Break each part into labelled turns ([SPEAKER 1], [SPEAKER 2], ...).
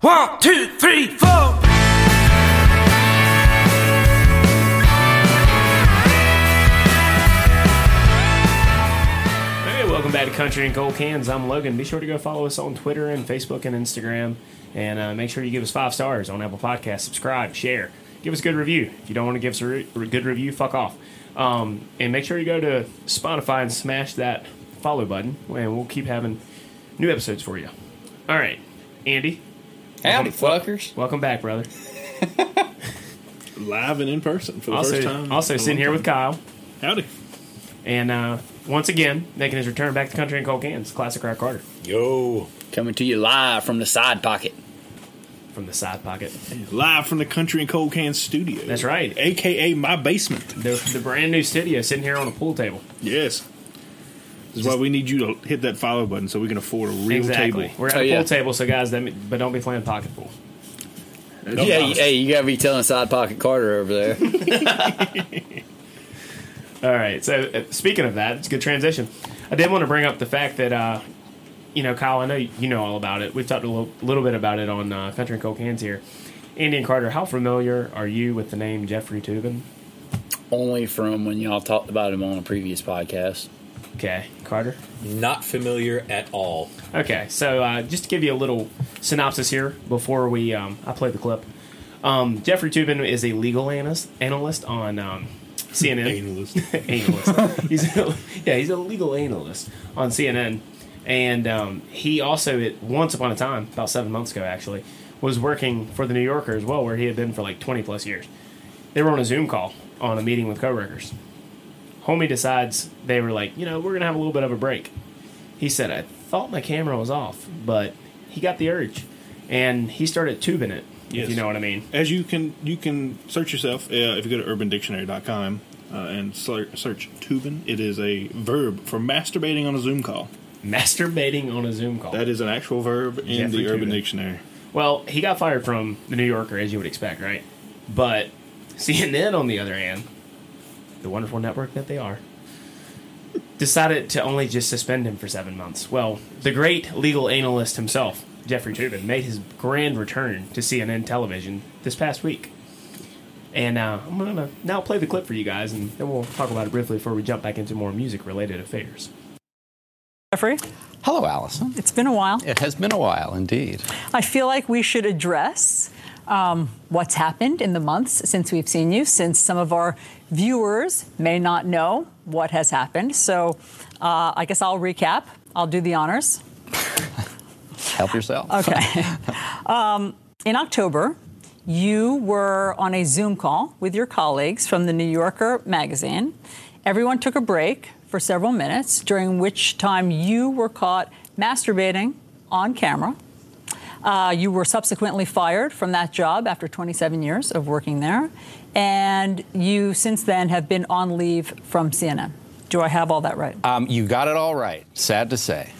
[SPEAKER 1] One, two, three, four.
[SPEAKER 2] Hey, welcome back to Country and Cold Cans. I'm Logan. Be sure to go follow us on Twitter and Facebook and Instagram. And uh, make sure you give us five stars on Apple Podcasts. Subscribe, share, give us a good review. If you don't want to give us a re- a good review, fuck off. Um, and make sure you go to Spotify and smash that follow button, and we'll keep having new episodes for you. All right, Andy,
[SPEAKER 3] Howdy, fuckers.
[SPEAKER 2] welcome back, brother.
[SPEAKER 4] live and in person for the first
[SPEAKER 2] Also,
[SPEAKER 4] time.
[SPEAKER 2] also
[SPEAKER 4] in a
[SPEAKER 2] sitting
[SPEAKER 4] long
[SPEAKER 2] here with
[SPEAKER 4] time.
[SPEAKER 2] Kyle.
[SPEAKER 4] Howdy.
[SPEAKER 2] And uh, once again, making his return back to Country and Cold Cans, Classic Rock Carter
[SPEAKER 4] Yo,
[SPEAKER 3] Coming to you live from the side pocket.
[SPEAKER 2] from the side pocket.
[SPEAKER 4] live from the Country and Cold Can Studio.
[SPEAKER 2] That's right.
[SPEAKER 4] AKA my basement.
[SPEAKER 2] The, the brand new studio sitting here on a pool table.
[SPEAKER 4] Yes. This is why we need you to hit that follow button so we can afford a real
[SPEAKER 2] exactly.
[SPEAKER 4] table.
[SPEAKER 2] We're at
[SPEAKER 3] Oh,
[SPEAKER 2] a
[SPEAKER 3] yeah.
[SPEAKER 2] pool table, so guys, that, me- but don't be playing pocket pool.
[SPEAKER 4] No
[SPEAKER 3] yeah, you,
[SPEAKER 4] problem.
[SPEAKER 3] hey, you gotta be telling side pocket Carter over there.
[SPEAKER 2] All right. So uh, speaking of that, it's a good transition. I did want to bring up the fact that, uh, you know, Kyle, I know you know all about it. We've talked a little, little bit about it on uh, Country and Cold Cans here. Andy and Carter, how familiar are you with the name Jeffrey Tubin?
[SPEAKER 3] Only from when y'all talked about him on a previous podcast.
[SPEAKER 2] Okay, Carter.
[SPEAKER 5] Not familiar at all.
[SPEAKER 2] Okay, so uh, just to give you a little synopsis here before we, um, I play the clip. Um, Jeffrey Tubin is a legal analyst, analyst on um, CNN.
[SPEAKER 4] Analyst.
[SPEAKER 2] analyst. he's a, yeah, he's a legal analyst on CNN, and um, he also at once upon a time, about seven months ago, actually, was working for the New Yorker as well, where he had been for like twenty plus years. They were on a Zoom call on a meeting with coworkers. Homie decides they were like, you know, we're gonna have a little bit of a break. He said, I thought my camera was off, but he got the urge, and he started tubing it. If
[SPEAKER 4] Yes.
[SPEAKER 2] you know what I mean.
[SPEAKER 4] As you can you can search yourself uh, if you go to urbandictionary.com uh, and slur- search tubin. It is a verb for masturbating on a Zoom call.
[SPEAKER 2] Masturbating on a Zoom call.
[SPEAKER 4] That is an actual verb in
[SPEAKER 2] Jeffrey
[SPEAKER 4] the Urban
[SPEAKER 2] Tubin.
[SPEAKER 4] Dictionary.
[SPEAKER 2] Well, he got fired from the New Yorker, as you would expect, right? But CNN, on the other hand, the wonderful network that they are, decided to only just suspend him for seven months. Well, the great legal analyst himself, Jeffrey Tubin, made his grand return to CNN television this past week. And uh, I'm going to now play the clip for you guys, and then we'll talk about it briefly before we jump back into more music related affairs.
[SPEAKER 6] Jeffrey,
[SPEAKER 7] Hello, Allison.
[SPEAKER 6] it's been a while.
[SPEAKER 7] It has been a while indeed.
[SPEAKER 6] I feel like we should address um, what's happened in the months since we've seen you, since some of our viewers may not know what has happened. So uh, I guess I'll recap. I'll do the honors.
[SPEAKER 7] Help yourself.
[SPEAKER 6] Okay. um, in October, you were on a Zoom call with your colleagues from the New Yorker magazine. Everyone took a break for several minutes, during which time you were caught masturbating on camera. Uh, you were subsequently fired from that job after 27 years of working there, and you since then have been on leave from CNN. Do I have all that right?
[SPEAKER 7] Um, you got it all right. Sad to say.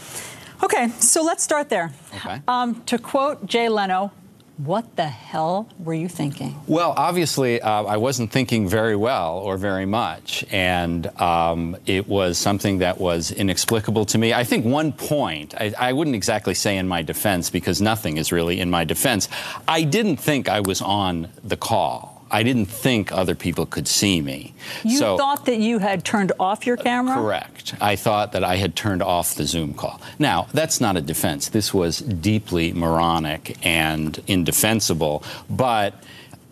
[SPEAKER 6] Okay, so let's start there.
[SPEAKER 7] Okay.
[SPEAKER 6] Um, to quote Jay Leno, what the hell were you thinking?
[SPEAKER 7] Well, obviously, uh, I wasn't thinking very well or very much, and um, it was something that was inexplicable to me. I think one point, I, I wouldn't exactly say in my defense because nothing is really in my defense. I didn't think I was on the call. I didn't think other people could see me.
[SPEAKER 6] You
[SPEAKER 7] so,
[SPEAKER 6] thought that you had turned off your camera?
[SPEAKER 7] Correct. I thought that I had turned off the Zoom call. Now, that's not a defense. This was deeply moronic and indefensible, but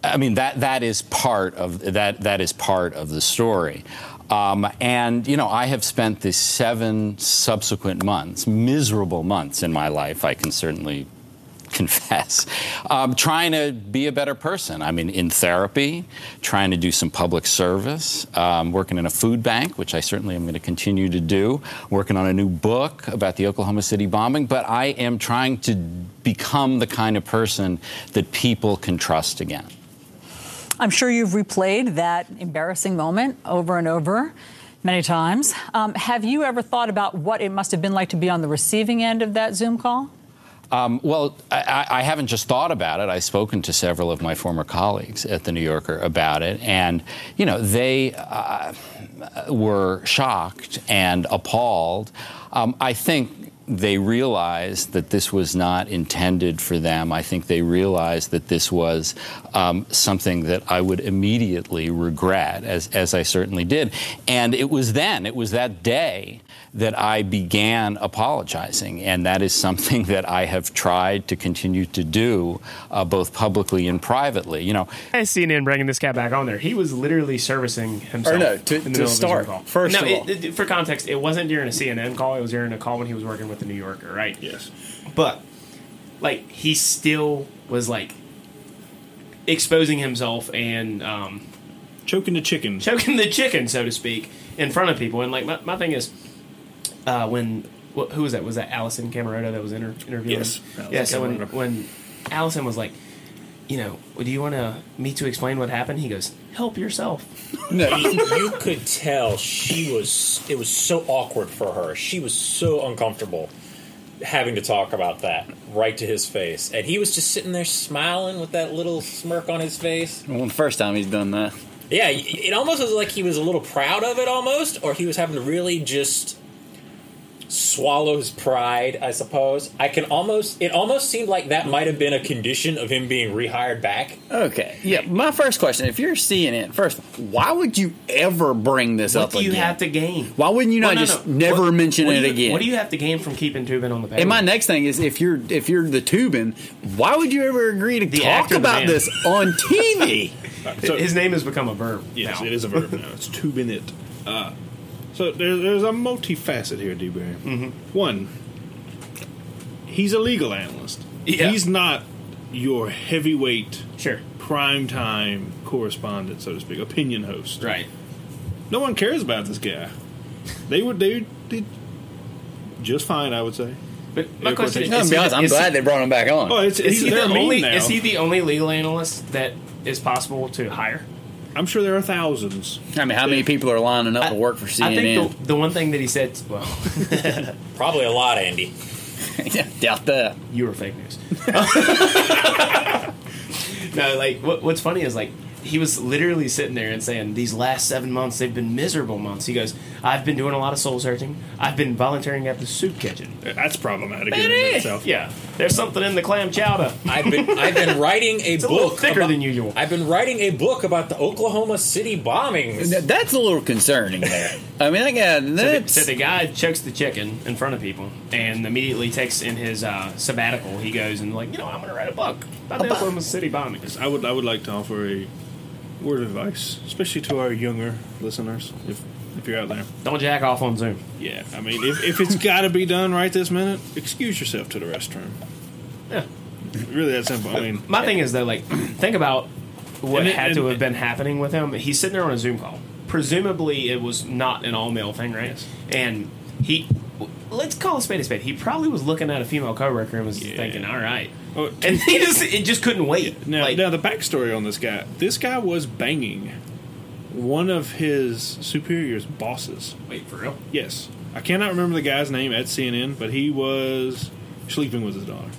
[SPEAKER 7] I mean that that is part of that that is part of the story. Um, and you know, I have spent the seven subsequent months, miserable months in my life. I can certainly confess, um, trying to be a better person. I mean, in therapy, trying to do some public service, um, working in a food bank, which I certainly am going to continue to do, working on a new book about the Oklahoma City bombing. But I am trying to become the kind of person that people can trust again.
[SPEAKER 6] I'm sure you've replayed that embarrassing moment over and over many times. Um, have you ever thought about what it must have been like to be on the receiving end of that Zoom call?
[SPEAKER 7] Um, well, I, I I haven't just thought about it. I've spoken to several of my former colleagues at The New Yorker about it. And, you know, they uh, were shocked and appalled. Um, I think they realized that this was not intended for them. I think they realized that this was um, something that I would immediately regret, as, as I certainly did. And it was then, it was that day that I began apologizing. And that is something that I have tried to continue to do, uh, both publicly and privately. You know,
[SPEAKER 2] I see CNN bringing this guy back on there. He was literally servicing himself.
[SPEAKER 3] Or no, to-
[SPEAKER 2] in the
[SPEAKER 3] to
[SPEAKER 2] middle of a
[SPEAKER 3] start,
[SPEAKER 2] Zoom call.
[SPEAKER 3] first
[SPEAKER 2] no,
[SPEAKER 3] of all.
[SPEAKER 2] it- it- for context, it wasn't during a CNN call. It was during a call when he was working with the New Yorker, right?
[SPEAKER 4] Yes.
[SPEAKER 2] But like, he still was like exposing himself and um,
[SPEAKER 4] Choking the chicken.
[SPEAKER 2] choking the chicken, so to speak, in front of people. And like, my, my thing is, uh, when wh- who was that? Was that Allison Camerota that was inter- interviewing?
[SPEAKER 4] Yes,
[SPEAKER 2] him?
[SPEAKER 4] Allison
[SPEAKER 2] Yeah. So when
[SPEAKER 4] Camerota.
[SPEAKER 2] when Allison was like, you know, do you want to me to explain what happened? He goes, help yourself.
[SPEAKER 3] No,
[SPEAKER 5] you could tell she was. It was so awkward for her. She was so uncomfortable having to talk about that right to his face, and he was just sitting there smiling with that little smirk on his face.
[SPEAKER 3] well, the first time he's done that.
[SPEAKER 5] Yeah, y- it almost was like he was a little proud of it, almost, or he was having to really just swallow his pride. I suppose I can almost. It almost seemed like that might have been a condition of him being rehired back.
[SPEAKER 3] Okay. Yeah. My first question: If you're seeing it, first, why would you ever bring this
[SPEAKER 2] What
[SPEAKER 3] up
[SPEAKER 2] do you
[SPEAKER 3] again?
[SPEAKER 2] have to gain?
[SPEAKER 3] Why wouldn't you
[SPEAKER 2] Well,
[SPEAKER 3] not
[SPEAKER 2] no,
[SPEAKER 3] just
[SPEAKER 2] no.
[SPEAKER 3] never
[SPEAKER 2] What-
[SPEAKER 3] mention
[SPEAKER 2] what do
[SPEAKER 3] it
[SPEAKER 2] you-
[SPEAKER 3] again?
[SPEAKER 2] What do you have to gain from keeping Tubin on the page?
[SPEAKER 3] and my next thing is, if you're if you're the tubing, why would you ever agree to talk
[SPEAKER 2] actor, the
[SPEAKER 3] about
[SPEAKER 2] man.
[SPEAKER 3] this on TV?
[SPEAKER 4] So-
[SPEAKER 2] His name has become a verb.
[SPEAKER 4] Yes,
[SPEAKER 2] now.
[SPEAKER 4] it is a verb now. It's two minute. Uh, so there, there's a multifacet here, D. Barry.
[SPEAKER 2] Mm-hmm.
[SPEAKER 4] One, he's a legal analyst.
[SPEAKER 2] Yeah.
[SPEAKER 4] He's not your heavyweight,
[SPEAKER 2] Sure.
[SPEAKER 4] primetime correspondent, so to speak, opinion host.
[SPEAKER 2] Right.
[SPEAKER 4] No one cares about this guy. They would they did just fine, I would say.
[SPEAKER 2] But my
[SPEAKER 4] Yeah,
[SPEAKER 2] question is,
[SPEAKER 4] quotation.
[SPEAKER 3] I'm,
[SPEAKER 2] is
[SPEAKER 3] be
[SPEAKER 2] he
[SPEAKER 3] honest,
[SPEAKER 2] the-
[SPEAKER 3] I'm
[SPEAKER 2] is he-
[SPEAKER 3] glad they brought him back on.
[SPEAKER 4] Oh, it's,
[SPEAKER 2] Is
[SPEAKER 4] he's,
[SPEAKER 2] he the
[SPEAKER 4] they're mean
[SPEAKER 2] only?
[SPEAKER 4] now.
[SPEAKER 2] Is he the only legal analyst that is possible to hire?
[SPEAKER 4] I'm sure there are thousands.
[SPEAKER 3] I mean, how many people are lining up to work for CNN?
[SPEAKER 2] I think the, the one thing that he said. Well,
[SPEAKER 5] Probably a lot, Andy.
[SPEAKER 3] Yeah, doubt that.
[SPEAKER 2] you were fake news. no, like what, what's funny is like he was literally sitting there and saying these last seven months they've been miserable months. He goes, I've been doing a lot of soul searching. I've been volunteering at the soup kitchen.
[SPEAKER 4] That's problematic in and of itself.
[SPEAKER 2] Yeah, there's something in the clam chowder.
[SPEAKER 5] I've been I've been writing a
[SPEAKER 2] a
[SPEAKER 5] book
[SPEAKER 2] little thicker
[SPEAKER 5] about,
[SPEAKER 2] than usual.
[SPEAKER 5] I've been writing a book about the Oklahoma City bombings.
[SPEAKER 3] Th- That's a little concerning there. I mean, I got
[SPEAKER 2] So the,
[SPEAKER 3] that's
[SPEAKER 2] so the guy chokes the chicken in front of people and immediately takes in his uh, sabbatical. He goes and like, you know, I'm going to write a book about the Oklahoma City bombing.
[SPEAKER 4] I would I would like to offer a word of advice, especially to our younger listeners, if if you're out there.
[SPEAKER 2] Don't jack off on Zoom.
[SPEAKER 4] Yeah, I mean, if, if it's got to be done right this minute, excuse yourself to the restroom.
[SPEAKER 2] Yeah.
[SPEAKER 4] Really, that simple. I mean,
[SPEAKER 2] My thing is though, like, think about what
[SPEAKER 4] And it-
[SPEAKER 2] had to
[SPEAKER 4] and-
[SPEAKER 2] have been happening with him. He's sitting there on a Zoom call. Presumably, it was not an all male thing, right?
[SPEAKER 4] Yes.
[SPEAKER 2] And he, let's call a spade a spade. He probably was looking at a female coworker and was
[SPEAKER 4] Yeah.
[SPEAKER 2] thinking, "All right,"
[SPEAKER 4] Oh,
[SPEAKER 2] and he just it just couldn't wait.
[SPEAKER 4] now,
[SPEAKER 2] Like,
[SPEAKER 4] now the backstory on this guy. This guy was banging one of his superiors' bosses.
[SPEAKER 2] wait for real.
[SPEAKER 4] Yes, I cannot remember the guy's name at CNN, but he was sleeping with his daughter,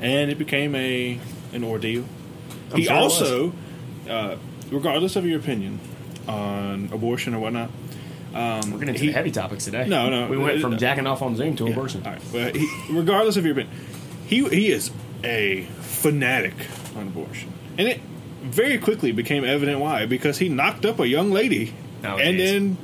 [SPEAKER 4] and it became a an ordeal.
[SPEAKER 2] I'm
[SPEAKER 4] he
[SPEAKER 2] sure it was.
[SPEAKER 4] also, uh, regardless of your opinion on abortion or whatnot,
[SPEAKER 2] We're getting into
[SPEAKER 4] He-
[SPEAKER 2] the heavy topics today.
[SPEAKER 4] No, no.
[SPEAKER 2] We went
[SPEAKER 4] Uh,
[SPEAKER 2] from jacking off on Zoom to abortion.
[SPEAKER 4] All right. Well, he, regardless of your opinion, he he is a fanatic on abortion, and it very quickly became evident why because he knocked up a young lady and
[SPEAKER 2] Nowadays.
[SPEAKER 4] then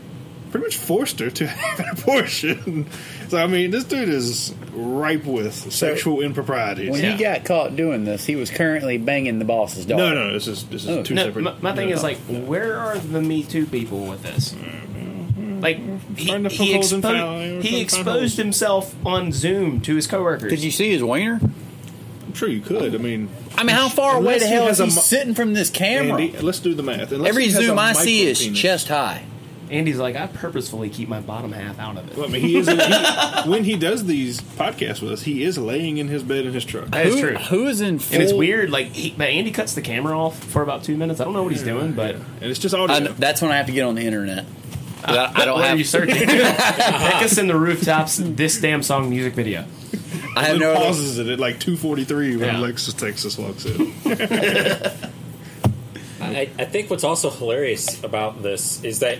[SPEAKER 4] pretty much forced her to have an abortion. So I mean, this dude is ripe with sexual improprieties.
[SPEAKER 3] when
[SPEAKER 2] Yeah.
[SPEAKER 3] he got caught doing this, he was currently banging the boss's dog.
[SPEAKER 4] no, no, this is this is
[SPEAKER 3] Oh.
[SPEAKER 4] two
[SPEAKER 2] No,
[SPEAKER 4] separate.
[SPEAKER 2] my, my thing
[SPEAKER 4] no.
[SPEAKER 2] is like, where are the Me Too people with this? Like he,
[SPEAKER 4] Trying Mm-hmm. to
[SPEAKER 2] he,
[SPEAKER 4] poke holes in
[SPEAKER 2] expo-
[SPEAKER 4] family,
[SPEAKER 2] he
[SPEAKER 4] trying to find holes.
[SPEAKER 2] exposed himself on Zoom to his coworkers.
[SPEAKER 3] Did you see his wiener?
[SPEAKER 4] I'm sure you could. I mean,
[SPEAKER 3] I mean, how far away
[SPEAKER 4] Unless
[SPEAKER 3] the
[SPEAKER 4] he
[SPEAKER 3] hell
[SPEAKER 4] has
[SPEAKER 3] is he
[SPEAKER 4] a mu-
[SPEAKER 3] sitting from this camera?
[SPEAKER 4] Andy, let's do the math. Unless
[SPEAKER 3] Every
[SPEAKER 4] he has a
[SPEAKER 3] zoom I see is
[SPEAKER 4] micropenis-
[SPEAKER 3] chest high.
[SPEAKER 2] Andy's like, I purposefully keep my bottom half out of it.
[SPEAKER 4] Well, I mean, he is he, when he does these podcasts with us, he is laying in his bed in his truck.
[SPEAKER 2] That is
[SPEAKER 3] Who-
[SPEAKER 2] true.
[SPEAKER 3] Who is in? Full,
[SPEAKER 2] and it's weird, like he, but Andy cuts the camera off for about two minutes. I don't know what he's doing, but
[SPEAKER 4] and it's just audio.
[SPEAKER 3] I, that's when I have to get on the internet. I, I don't
[SPEAKER 2] what are
[SPEAKER 3] have.
[SPEAKER 2] you searching? Pick us in the rooftops. This damn song music video.
[SPEAKER 3] I have
[SPEAKER 4] It
[SPEAKER 3] no. Other,
[SPEAKER 4] pauses it at like 2:43 when
[SPEAKER 2] Yeah.
[SPEAKER 4] Alexis Texas walks in.
[SPEAKER 5] I, I think what's also hilarious about this is that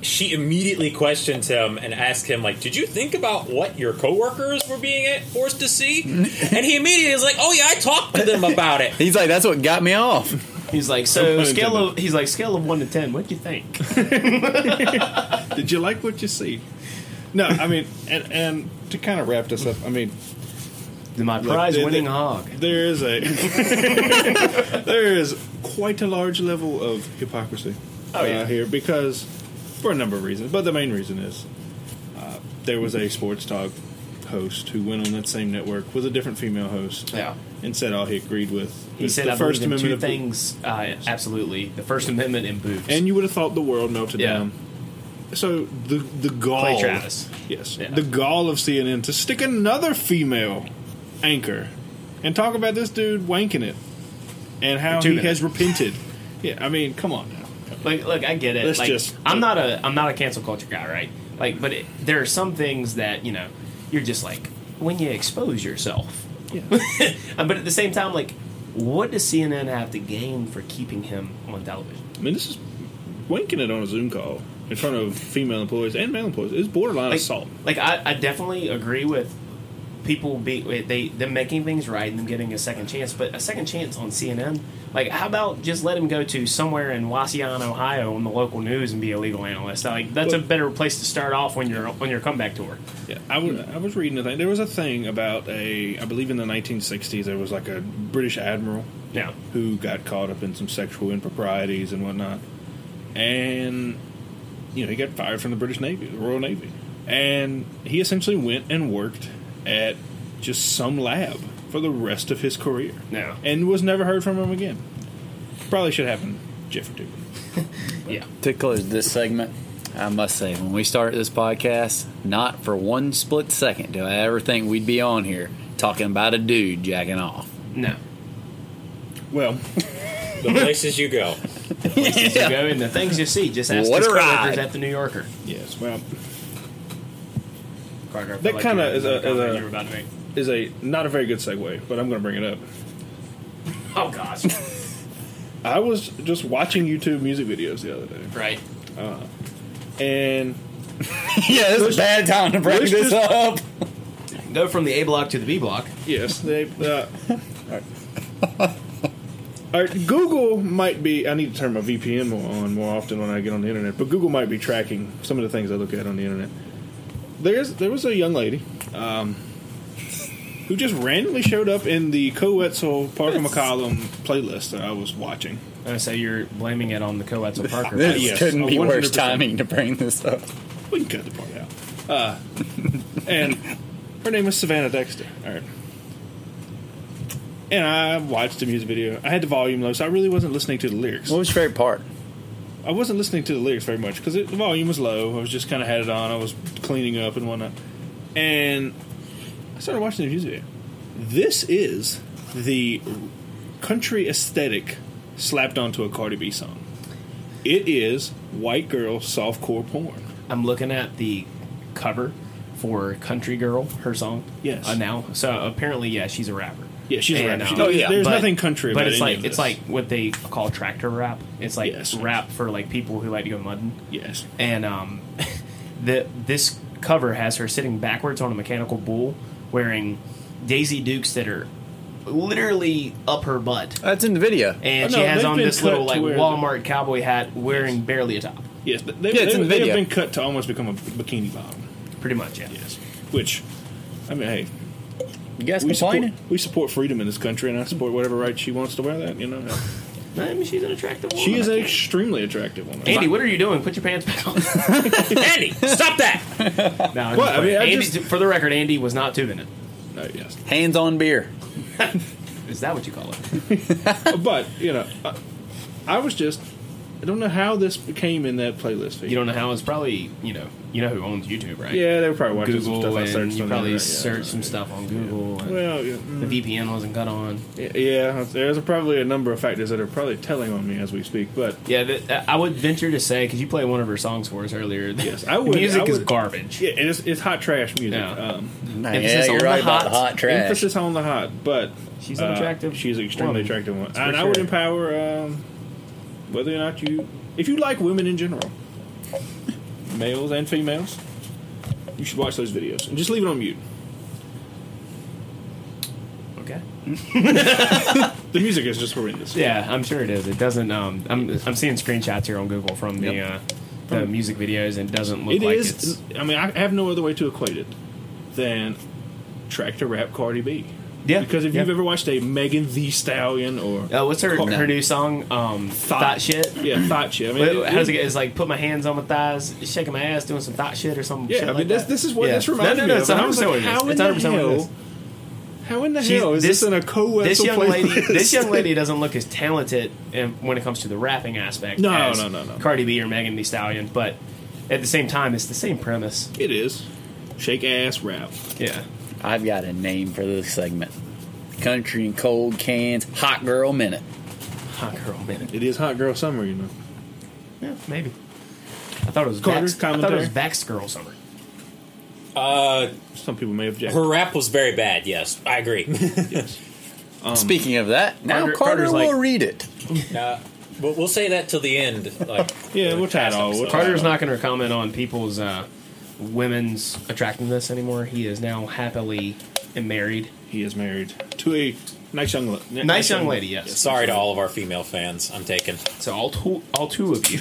[SPEAKER 5] she immediately questions him and asks him, like, did you think about what your coworkers were being forced to see? and he immediately is like, oh yeah, I talked to them about it.
[SPEAKER 3] He's like, that's what got me off.
[SPEAKER 2] He's like, so
[SPEAKER 4] pun
[SPEAKER 2] scale
[SPEAKER 4] intended.
[SPEAKER 2] of he's like scale of one to ten. What'd you think?
[SPEAKER 4] Did you like what you see? No, I mean, and, and to kind of wrap this up, I mean,
[SPEAKER 2] My
[SPEAKER 4] Look,
[SPEAKER 2] prize
[SPEAKER 4] there-
[SPEAKER 2] winning
[SPEAKER 4] there-
[SPEAKER 2] hog.
[SPEAKER 4] There is a there is quite a large level of hypocrisy
[SPEAKER 2] Oh, yeah.
[SPEAKER 4] uh, here because for a number of reasons, but the main reason is uh, there was a sports talk host who went on that same network with a different female host,
[SPEAKER 2] Yeah.
[SPEAKER 4] and said all he agreed with
[SPEAKER 2] He
[SPEAKER 4] was
[SPEAKER 2] said,
[SPEAKER 4] the
[SPEAKER 2] "I
[SPEAKER 4] First
[SPEAKER 2] believe in two
[SPEAKER 4] Amendment, of-
[SPEAKER 2] things. Uh, absolutely, the First Amendment and boobs.
[SPEAKER 4] and you would have thought the world melted
[SPEAKER 2] Yeah.
[SPEAKER 4] down. So the the gall,
[SPEAKER 2] Clay Travis.
[SPEAKER 4] yes,
[SPEAKER 2] Yeah.
[SPEAKER 4] the gall of CNN to stick another female anchor and talk about this dude wanking it and how
[SPEAKER 2] For two
[SPEAKER 4] he
[SPEAKER 2] minutes.
[SPEAKER 4] has repented. Yeah, I mean, come on now.
[SPEAKER 2] Like, look, I get it.
[SPEAKER 4] Let's
[SPEAKER 2] like,
[SPEAKER 4] just-
[SPEAKER 2] I'm not a I'm not a cancel culture guy, right? Like, but it, there are some things that you know you're just like when you expose yourself. but at the same time, like, what does CNN have to gain for keeping him on television?
[SPEAKER 4] I mean, this is wanking it on a Zoom call in front of female employees and male employees is borderline
[SPEAKER 2] Like,
[SPEAKER 4] assault.
[SPEAKER 2] like I, I definitely agree with people be they them making things right and them getting a second chance, but a second chance on CNN. Like, how about just let him go to somewhere in Wasion, Ohio, on the local news and be a legal analyst? Like, that's a
[SPEAKER 4] Well-
[SPEAKER 2] better place to start off when you're on your comeback tour.
[SPEAKER 4] Yeah, I was I was reading a thing. There was a thing about a I believe in the 1960s there was like a British admiral
[SPEAKER 2] Yeah.
[SPEAKER 4] who got caught up in some sexual improprieties and whatnot. And, you know, he got fired from the British Navy, the Royal Navy. And he essentially went and worked at just some lab for the rest of his career.
[SPEAKER 2] Yeah.
[SPEAKER 4] And was never heard from him again. Probably should happen, Jeffrey Dugan.
[SPEAKER 2] Yeah.
[SPEAKER 3] To close this segment, I must say, when we started this podcast, not for one split second do I ever think we'd be on here talking about a dude jacking off.
[SPEAKER 2] No.
[SPEAKER 4] Well,
[SPEAKER 5] The places you go.
[SPEAKER 2] You go and the things you see. Just ask
[SPEAKER 3] What
[SPEAKER 2] what
[SPEAKER 3] a
[SPEAKER 2] coworkers
[SPEAKER 3] ride.
[SPEAKER 2] at the New Yorker.
[SPEAKER 4] yes, well,
[SPEAKER 2] Carter, I felt
[SPEAKER 4] That
[SPEAKER 2] like
[SPEAKER 4] kinda
[SPEAKER 2] you were-
[SPEAKER 4] is a- is
[SPEAKER 2] comment
[SPEAKER 4] a-
[SPEAKER 2] you were about to make.
[SPEAKER 4] is a not a very good segue, but I'm going to bring it up.
[SPEAKER 2] Oh gosh.
[SPEAKER 4] I was just watching YouTube music videos the other day,
[SPEAKER 2] right.
[SPEAKER 4] and
[SPEAKER 3] yeah, this is a bad time to bring
[SPEAKER 4] Let's
[SPEAKER 3] this
[SPEAKER 4] just-
[SPEAKER 3] up.
[SPEAKER 2] Go from the A block to the B block.
[SPEAKER 4] Yes, they. Uh, all right. All right, Google might be. I need to turn my VPN more on more often when I get on the internet, but Google might be tracking some of the things I look at on the internet. There's there was a young lady um, who just randomly showed up in the Coetzel Parker McCollum playlist that I was watching.
[SPEAKER 2] Uh, so you're blaming it on the Coetzel Parker.
[SPEAKER 3] This
[SPEAKER 4] Yes,
[SPEAKER 3] couldn't be worse
[SPEAKER 4] 100%.
[SPEAKER 3] timing to bring this up.
[SPEAKER 4] We can cut the part out. Uh, and her name was Savannah Dexter. All right. And I watched the music video. I had the volume low, so I really wasn't listening to the lyrics.
[SPEAKER 3] What was your favorite part?
[SPEAKER 4] I wasn't listening to the lyrics very much because the volume was low. I was just kind of had it on. I was cleaning up and whatnot. And I started watching the music video. This is the country aesthetic slapped onto a Cardi B song. It is white girl softcore porn.
[SPEAKER 2] I'm looking at the cover for Country Girl, her song.
[SPEAKER 4] Yes.
[SPEAKER 2] Uh, now, so apparently, yeah, she's a rapper.
[SPEAKER 4] Yeah, she's a
[SPEAKER 2] And,
[SPEAKER 4] rapper. She-
[SPEAKER 2] uh,
[SPEAKER 4] there's- there's
[SPEAKER 2] but-
[SPEAKER 4] nothing country
[SPEAKER 2] but
[SPEAKER 4] about
[SPEAKER 2] it's
[SPEAKER 4] any
[SPEAKER 2] like
[SPEAKER 4] of
[SPEAKER 2] it's
[SPEAKER 4] this.
[SPEAKER 2] like what they call tractor rap. It's like
[SPEAKER 4] Yes.
[SPEAKER 2] rap for like people who like to go mudding.
[SPEAKER 4] Yes.
[SPEAKER 2] and um, the this cover has her sitting backwards on a mechanical bull, wearing Daisy Dukes that are literally up her butt,
[SPEAKER 3] That's in the video.
[SPEAKER 2] and
[SPEAKER 4] Oh,
[SPEAKER 2] she
[SPEAKER 4] no,
[SPEAKER 2] has
[SPEAKER 4] they've
[SPEAKER 2] on
[SPEAKER 4] been
[SPEAKER 2] this
[SPEAKER 4] cut
[SPEAKER 2] little
[SPEAKER 4] to
[SPEAKER 2] like
[SPEAKER 4] where the-
[SPEAKER 2] Walmart cowboy hat, wearing barely a top,
[SPEAKER 4] Yes, but they,
[SPEAKER 3] Yeah, it's
[SPEAKER 4] they,
[SPEAKER 3] in the
[SPEAKER 4] they have
[SPEAKER 3] video.
[SPEAKER 4] been cut to almost become a bikini bottom.
[SPEAKER 2] pretty much. Yeah,
[SPEAKER 4] Yes. Which, I mean, hey,
[SPEAKER 3] You guys
[SPEAKER 4] we support,
[SPEAKER 3] complaining?
[SPEAKER 4] we support freedom in this country, and I support whatever right she wants to wear that, you know.
[SPEAKER 2] I mean she's an attractive. Woman.
[SPEAKER 4] She is an extremely attractive woman.
[SPEAKER 2] Andy, what are you doing? Put your pants back on.
[SPEAKER 5] Andy, stop that!
[SPEAKER 2] no, I'm just
[SPEAKER 4] Well, I mean, I
[SPEAKER 2] playing. Andy,
[SPEAKER 4] just-
[SPEAKER 2] for the record, Andy was not tubing it.
[SPEAKER 4] No, uh, yes.
[SPEAKER 3] Hands on beer.
[SPEAKER 2] Is that what you call it?
[SPEAKER 4] But, you know, I, I was just, I don't know how this came in that playlist feed.
[SPEAKER 2] You don't know how. It's probably you know you know who owns YouTube, right?
[SPEAKER 4] yeah, they were probably watching
[SPEAKER 2] Google,
[SPEAKER 4] some stuff I
[SPEAKER 2] and
[SPEAKER 4] searched
[SPEAKER 2] you
[SPEAKER 4] on the
[SPEAKER 2] probably
[SPEAKER 4] internet, yeah.
[SPEAKER 2] searched some stuff on Google. and
[SPEAKER 4] Well, yeah,
[SPEAKER 2] the VPN wasn't cut on.
[SPEAKER 4] mm, yeah, there's probably a number of factors that are probably telling on me as we speak, but
[SPEAKER 2] Yeah, th- uh, I would venture to say because you played one of her songs for us earlier. that
[SPEAKER 4] Yes, I would-
[SPEAKER 2] Music
[SPEAKER 4] I
[SPEAKER 2] is
[SPEAKER 4] would-
[SPEAKER 2] garbage.
[SPEAKER 4] yeah, it's, it's hot trash music.
[SPEAKER 2] Yeah.
[SPEAKER 4] Um,
[SPEAKER 3] yeah,
[SPEAKER 2] Emphasis
[SPEAKER 3] you're
[SPEAKER 2] on
[SPEAKER 3] right
[SPEAKER 2] the
[SPEAKER 3] about the
[SPEAKER 2] hot.
[SPEAKER 3] hot trash.
[SPEAKER 4] Emphasis on the hot, but
[SPEAKER 2] She's an attractive
[SPEAKER 4] Uh, She's an extremely
[SPEAKER 2] woman,
[SPEAKER 4] attractive one, and
[SPEAKER 2] for
[SPEAKER 4] I would
[SPEAKER 2] sure.
[SPEAKER 4] empower um, whether or not you, if you like women in general, males and females, you should watch those videos and just leave it on mute.
[SPEAKER 2] Okay.
[SPEAKER 4] The music is just horrendous.
[SPEAKER 2] Yeah, I'm sure it is. It doesn't. Um, I'm I'm seeing screenshots here on Google from the
[SPEAKER 4] Yep.
[SPEAKER 2] uh, the music videos, and it doesn't look
[SPEAKER 4] It
[SPEAKER 2] like
[SPEAKER 4] is.
[SPEAKER 2] it's.
[SPEAKER 4] I mean, I have no other way to equate it than tractor rap Cardi B.
[SPEAKER 2] Yeah,
[SPEAKER 4] Because if
[SPEAKER 2] yeah.
[SPEAKER 4] you've ever watched a Megan the Stallion or
[SPEAKER 2] Uh, what's her
[SPEAKER 4] Car-
[SPEAKER 2] her new song? Um, thought, shit.
[SPEAKER 4] yeah, thought shit. I mean,
[SPEAKER 2] How does it get? It's like put my hands on my thighs, shaking my ass, doing some thought shit or something.
[SPEAKER 4] Yeah, I mean, that's, this is what
[SPEAKER 2] Yeah.
[SPEAKER 4] this reminds
[SPEAKER 2] No, no, no,
[SPEAKER 4] me
[SPEAKER 2] it's
[SPEAKER 4] of. And I was
[SPEAKER 2] 100%
[SPEAKER 4] like,
[SPEAKER 2] what it is.
[SPEAKER 4] how in
[SPEAKER 2] It's 100%
[SPEAKER 4] the
[SPEAKER 2] what it is.
[SPEAKER 4] hell? How in the
[SPEAKER 2] She's-
[SPEAKER 4] hell is this, in a co
[SPEAKER 2] This young lady, this young lady doesn't look as talented in, when it comes to the rapping aspect.
[SPEAKER 4] No,
[SPEAKER 2] as
[SPEAKER 4] no, no, no.
[SPEAKER 2] Cardi B or Megan Thee Stallion, but at the same time, it's the same premise.
[SPEAKER 4] It is. Shake ass rap.
[SPEAKER 2] Yeah,
[SPEAKER 3] I've got a name for this segment. Country and cold cans, hot girl minute.
[SPEAKER 2] hot girl minute.
[SPEAKER 4] It is hot girl summer, you know.
[SPEAKER 2] Yeah, maybe. I thought it was
[SPEAKER 4] Carter,
[SPEAKER 2] Bax, I thought it
[SPEAKER 4] commentary?
[SPEAKER 2] was Bax Girl Summer.
[SPEAKER 4] Some people may object.
[SPEAKER 5] Her rap was very bad. Yes, I agree.
[SPEAKER 3] Um, Speaking of that, now
[SPEAKER 2] Carter-
[SPEAKER 3] Carter,
[SPEAKER 2] Carter's
[SPEAKER 3] will
[SPEAKER 2] like-
[SPEAKER 3] read it.
[SPEAKER 5] uh, but we'll say that till the end. Like,
[SPEAKER 4] Yeah, we'll tie it all. We'll tie it
[SPEAKER 2] Carter's
[SPEAKER 4] all.
[SPEAKER 2] not going to comment on people's uh, women's attractiveness anymore. He is now happily and married.
[SPEAKER 4] He is married to a nice young la- nice,
[SPEAKER 2] young lady, yes.
[SPEAKER 5] Sorry to all of our female fans. I'm taken.
[SPEAKER 2] So all two, all two of you.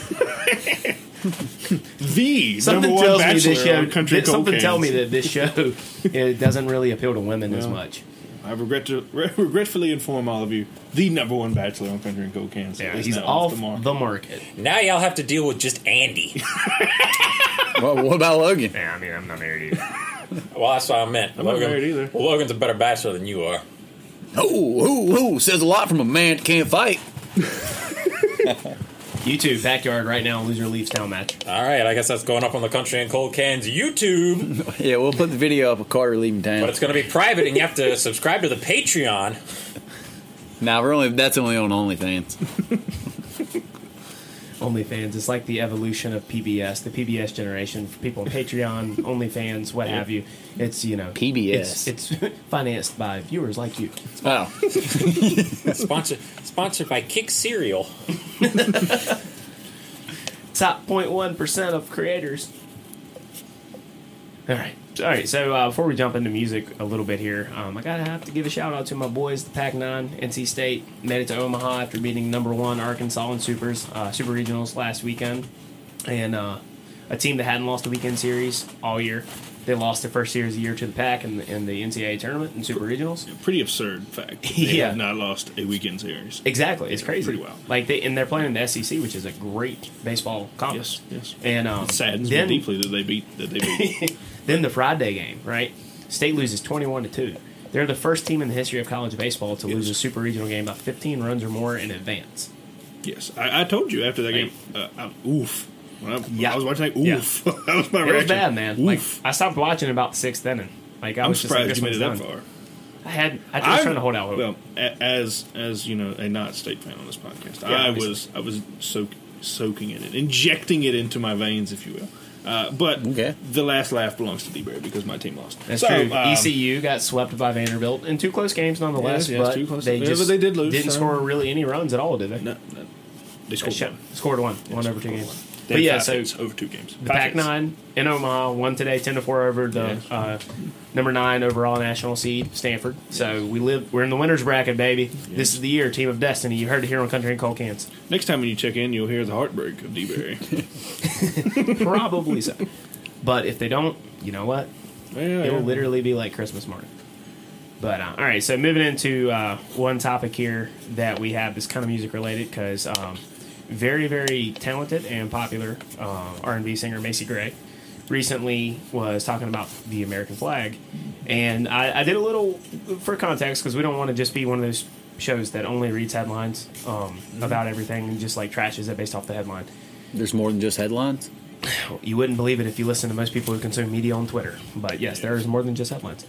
[SPEAKER 4] The
[SPEAKER 2] something
[SPEAKER 4] number
[SPEAKER 2] tells
[SPEAKER 4] one
[SPEAKER 2] me this
[SPEAKER 4] bachelor
[SPEAKER 2] show.
[SPEAKER 4] on country
[SPEAKER 2] th- something
[SPEAKER 4] cocaine.
[SPEAKER 2] tell me that this show it doesn't really appeal to women as
[SPEAKER 4] No.
[SPEAKER 2] much.
[SPEAKER 4] I regret to re- regretfully inform all of you, the number one bachelor on country and coke cans.
[SPEAKER 2] Yeah,
[SPEAKER 4] is
[SPEAKER 2] he's
[SPEAKER 4] now
[SPEAKER 2] off
[SPEAKER 4] the mark.
[SPEAKER 2] the market.
[SPEAKER 5] Now y'all have to deal with just Andy.
[SPEAKER 3] well, what about Logan?
[SPEAKER 2] Yeah, I mean, I'm not married either.
[SPEAKER 5] well, that's what I meant.
[SPEAKER 4] I'm not married either.
[SPEAKER 5] Well, Logan's a better bachelor than you are.
[SPEAKER 3] Oh, oh, oh, says a lot from a man that can't fight.
[SPEAKER 2] you two, backyard right now, loser leaves town match.
[SPEAKER 5] All right, I guess that's going up on the Country and Cold Cans YouTube,
[SPEAKER 3] Yeah, we'll put the video up of Carter leaving
[SPEAKER 5] but
[SPEAKER 3] town.
[SPEAKER 5] it's going to be private, and you have to subscribe to the Patreon.
[SPEAKER 3] Now we're only that's only on OnlyFans.
[SPEAKER 2] OnlyFans. It's like the evolution of PBS, the PBS generation. For people on Patreon, OnlyFans, what have you. It's you know
[SPEAKER 3] PBS.
[SPEAKER 2] It's, it's financed by viewers like you.
[SPEAKER 3] Oh,
[SPEAKER 5] Sponsored, sponsored by Kick Cereal.
[SPEAKER 2] Top 0.1 percent of creators. All right, all right. So uh, before we jump into music a little bit here, um, I gotta have to give a shout out to my boys, the Pac Nine, NC State made it to Omaha after beating number one Arkansas in supers, uh, super regionals last weekend, and uh, a team that hadn't lost a weekend series all year. They lost their first series of the year to the Pack in the, in the NCAA tournament in super regionals.
[SPEAKER 4] Pretty absurd fact. They
[SPEAKER 2] Yeah.
[SPEAKER 4] have not lost a weekend series.
[SPEAKER 2] Exactly, it's crazy.
[SPEAKER 4] pretty wild.
[SPEAKER 2] Like they and they're playing in the SEC, which is a great baseball conference.
[SPEAKER 4] Yes, yes.
[SPEAKER 2] And um,
[SPEAKER 4] Saddens
[SPEAKER 2] then,
[SPEAKER 4] me deeply that they beat that they beat.
[SPEAKER 2] Then the Friday game, right? State loses twenty-one to two. They're the first team in the history of college baseball to lose a super regional game by fifteen runs or more in advance.
[SPEAKER 4] yes, I, I told you after that game. Uh, I, oof. When I, when
[SPEAKER 2] Yeah.
[SPEAKER 4] I was watching, like,
[SPEAKER 2] Yeah.
[SPEAKER 4] oof. that was my
[SPEAKER 2] It
[SPEAKER 4] reaction.
[SPEAKER 2] was bad, man. Like
[SPEAKER 4] Oof.
[SPEAKER 2] I stopped watching about the sixth inning. Like I
[SPEAKER 4] I'm
[SPEAKER 2] was just like,
[SPEAKER 4] surprised
[SPEAKER 2] this
[SPEAKER 4] you made
[SPEAKER 2] one's
[SPEAKER 4] it that
[SPEAKER 2] done.
[SPEAKER 4] far.
[SPEAKER 2] I had I was
[SPEAKER 4] I'm-
[SPEAKER 2] trying to hold out hope.
[SPEAKER 4] Well, a- as as you know, a not state fan on this podcast,
[SPEAKER 2] Yeah,
[SPEAKER 4] I
[SPEAKER 2] obviously.
[SPEAKER 4] was I was soak, soaking in it, injecting it into my veins, if you will. Uh, but
[SPEAKER 3] Okay.
[SPEAKER 4] the last laugh belongs to D Bear because my team lost.
[SPEAKER 2] That's
[SPEAKER 4] So,
[SPEAKER 2] true. E
[SPEAKER 4] um,
[SPEAKER 2] ECU got swept by Vanderbilt in two close games, nonetheless.
[SPEAKER 4] Yes, yes,
[SPEAKER 2] but
[SPEAKER 4] two close-
[SPEAKER 2] they
[SPEAKER 4] yeah,
[SPEAKER 2] just
[SPEAKER 4] but they did lose,
[SPEAKER 2] Didn't
[SPEAKER 4] so-
[SPEAKER 2] score really any runs at all, did they?
[SPEAKER 4] No, no, they
[SPEAKER 2] They
[SPEAKER 4] scored
[SPEAKER 2] shut-
[SPEAKER 4] one.
[SPEAKER 2] scored one,
[SPEAKER 4] They
[SPEAKER 2] one
[SPEAKER 4] scored
[SPEAKER 2] over two games.
[SPEAKER 4] They
[SPEAKER 2] But
[SPEAKER 4] had
[SPEAKER 2] yeah,
[SPEAKER 4] five
[SPEAKER 2] so
[SPEAKER 4] hits over two games.
[SPEAKER 2] The
[SPEAKER 4] Five
[SPEAKER 2] Pac
[SPEAKER 4] hits.
[SPEAKER 2] nine in Omaha won today, ten to four over the
[SPEAKER 4] Yeah.
[SPEAKER 2] uh, number nine overall national seed Stanford. So we live, we're in the winners bracket, baby. This is the year, team of destiny. You heard it here on Country and Cold Cans.
[SPEAKER 4] Next time when you check in, you'll hear the heartbreak of D Berry.
[SPEAKER 2] Probably so, but if they don't, you know what?
[SPEAKER 4] yeah,
[SPEAKER 2] It'll
[SPEAKER 4] yeah.
[SPEAKER 2] literally be like Christmas morning. But uh, all right, so moving into uh, one topic here that we have that's kind of music related because um, very very talented and popular uh, R and B singer Macy Gray recently was talking about the American flag, and I, I did a little for context because we don't want to just be one of those shows that only reads headlines um, about everything and just like trashes it based off the headline.
[SPEAKER 3] there's more than just headlines.
[SPEAKER 2] You wouldn't believe it if you listen to most people who consume media on Twitter, but yes, there is more than just headlines.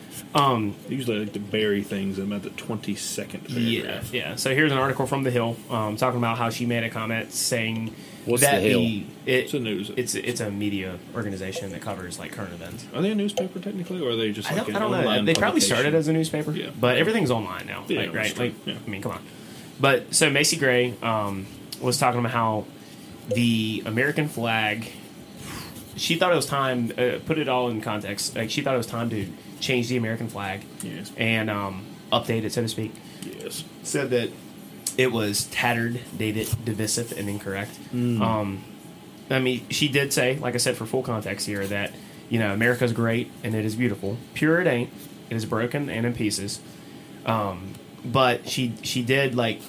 [SPEAKER 4] Usually, I like to bury things in about the twenty second
[SPEAKER 2] Yeah,
[SPEAKER 4] paragraph.
[SPEAKER 2] yeah. So here's an article from The Hill um, talking about how she made a comment saying
[SPEAKER 3] What's
[SPEAKER 2] that
[SPEAKER 3] The Hill?
[SPEAKER 2] it-
[SPEAKER 4] It's a news-
[SPEAKER 2] It's it's a media organization that covers like current events.
[SPEAKER 4] Are they a newspaper technically, or are they just
[SPEAKER 2] I
[SPEAKER 4] like
[SPEAKER 2] don't,
[SPEAKER 4] an
[SPEAKER 2] I don't know.
[SPEAKER 4] online
[SPEAKER 2] They probably started
[SPEAKER 4] publication?
[SPEAKER 2] as a newspaper,
[SPEAKER 4] Yeah.
[SPEAKER 2] but everything's online now.
[SPEAKER 4] Yeah,
[SPEAKER 2] like, right?
[SPEAKER 4] that's
[SPEAKER 2] Like,
[SPEAKER 4] true. Yeah.
[SPEAKER 2] I mean, come on. But so Macy Gray um, was talking about how the American flag she thought it was time. Uh, put it all in context. Like she thought it was time to change the American flag
[SPEAKER 4] Yes.
[SPEAKER 2] and um, update it, so to speak.
[SPEAKER 4] Yes.
[SPEAKER 2] Said that it was tattered, dated, divisive, and incorrect. Um, I mean, she did say, like I said, for full context here, that you know America's great and it is beautiful. Pure it ain't. It is broken and in pieces. Um, but she she did like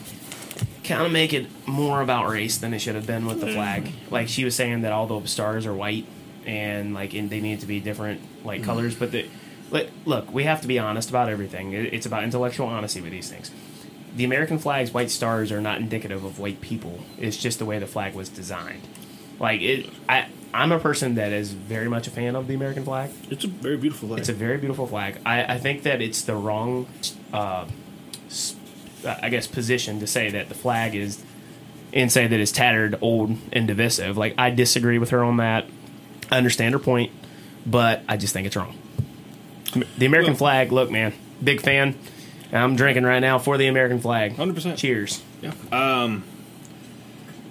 [SPEAKER 2] kind of make it more about race than it should have been with the flag. Like she was saying that all the stars are white and like and they need to be different like colors. But the like, look, we have to be honest about everything. It, it's about intellectual honesty with these things. The American flag's white stars are not indicative of white people. It's just the way the flag was designed. Like it, I I'm a person that is very much a fan of the American flag.
[SPEAKER 4] It's a very beautiful flag.
[SPEAKER 2] It's a very beautiful flag. I, I think that it's the wrong, uh, s- uh, I guess, position to say that the flag is, and say that it's tattered, old, and divisive. Like I disagree with her on that. I understand her point, but I just think it's wrong. The American
[SPEAKER 4] Look-
[SPEAKER 2] flag. Look, man, big fan. I'm drinking right now for the American flag.
[SPEAKER 4] 100%.
[SPEAKER 2] Cheers.
[SPEAKER 4] Yeah. Um,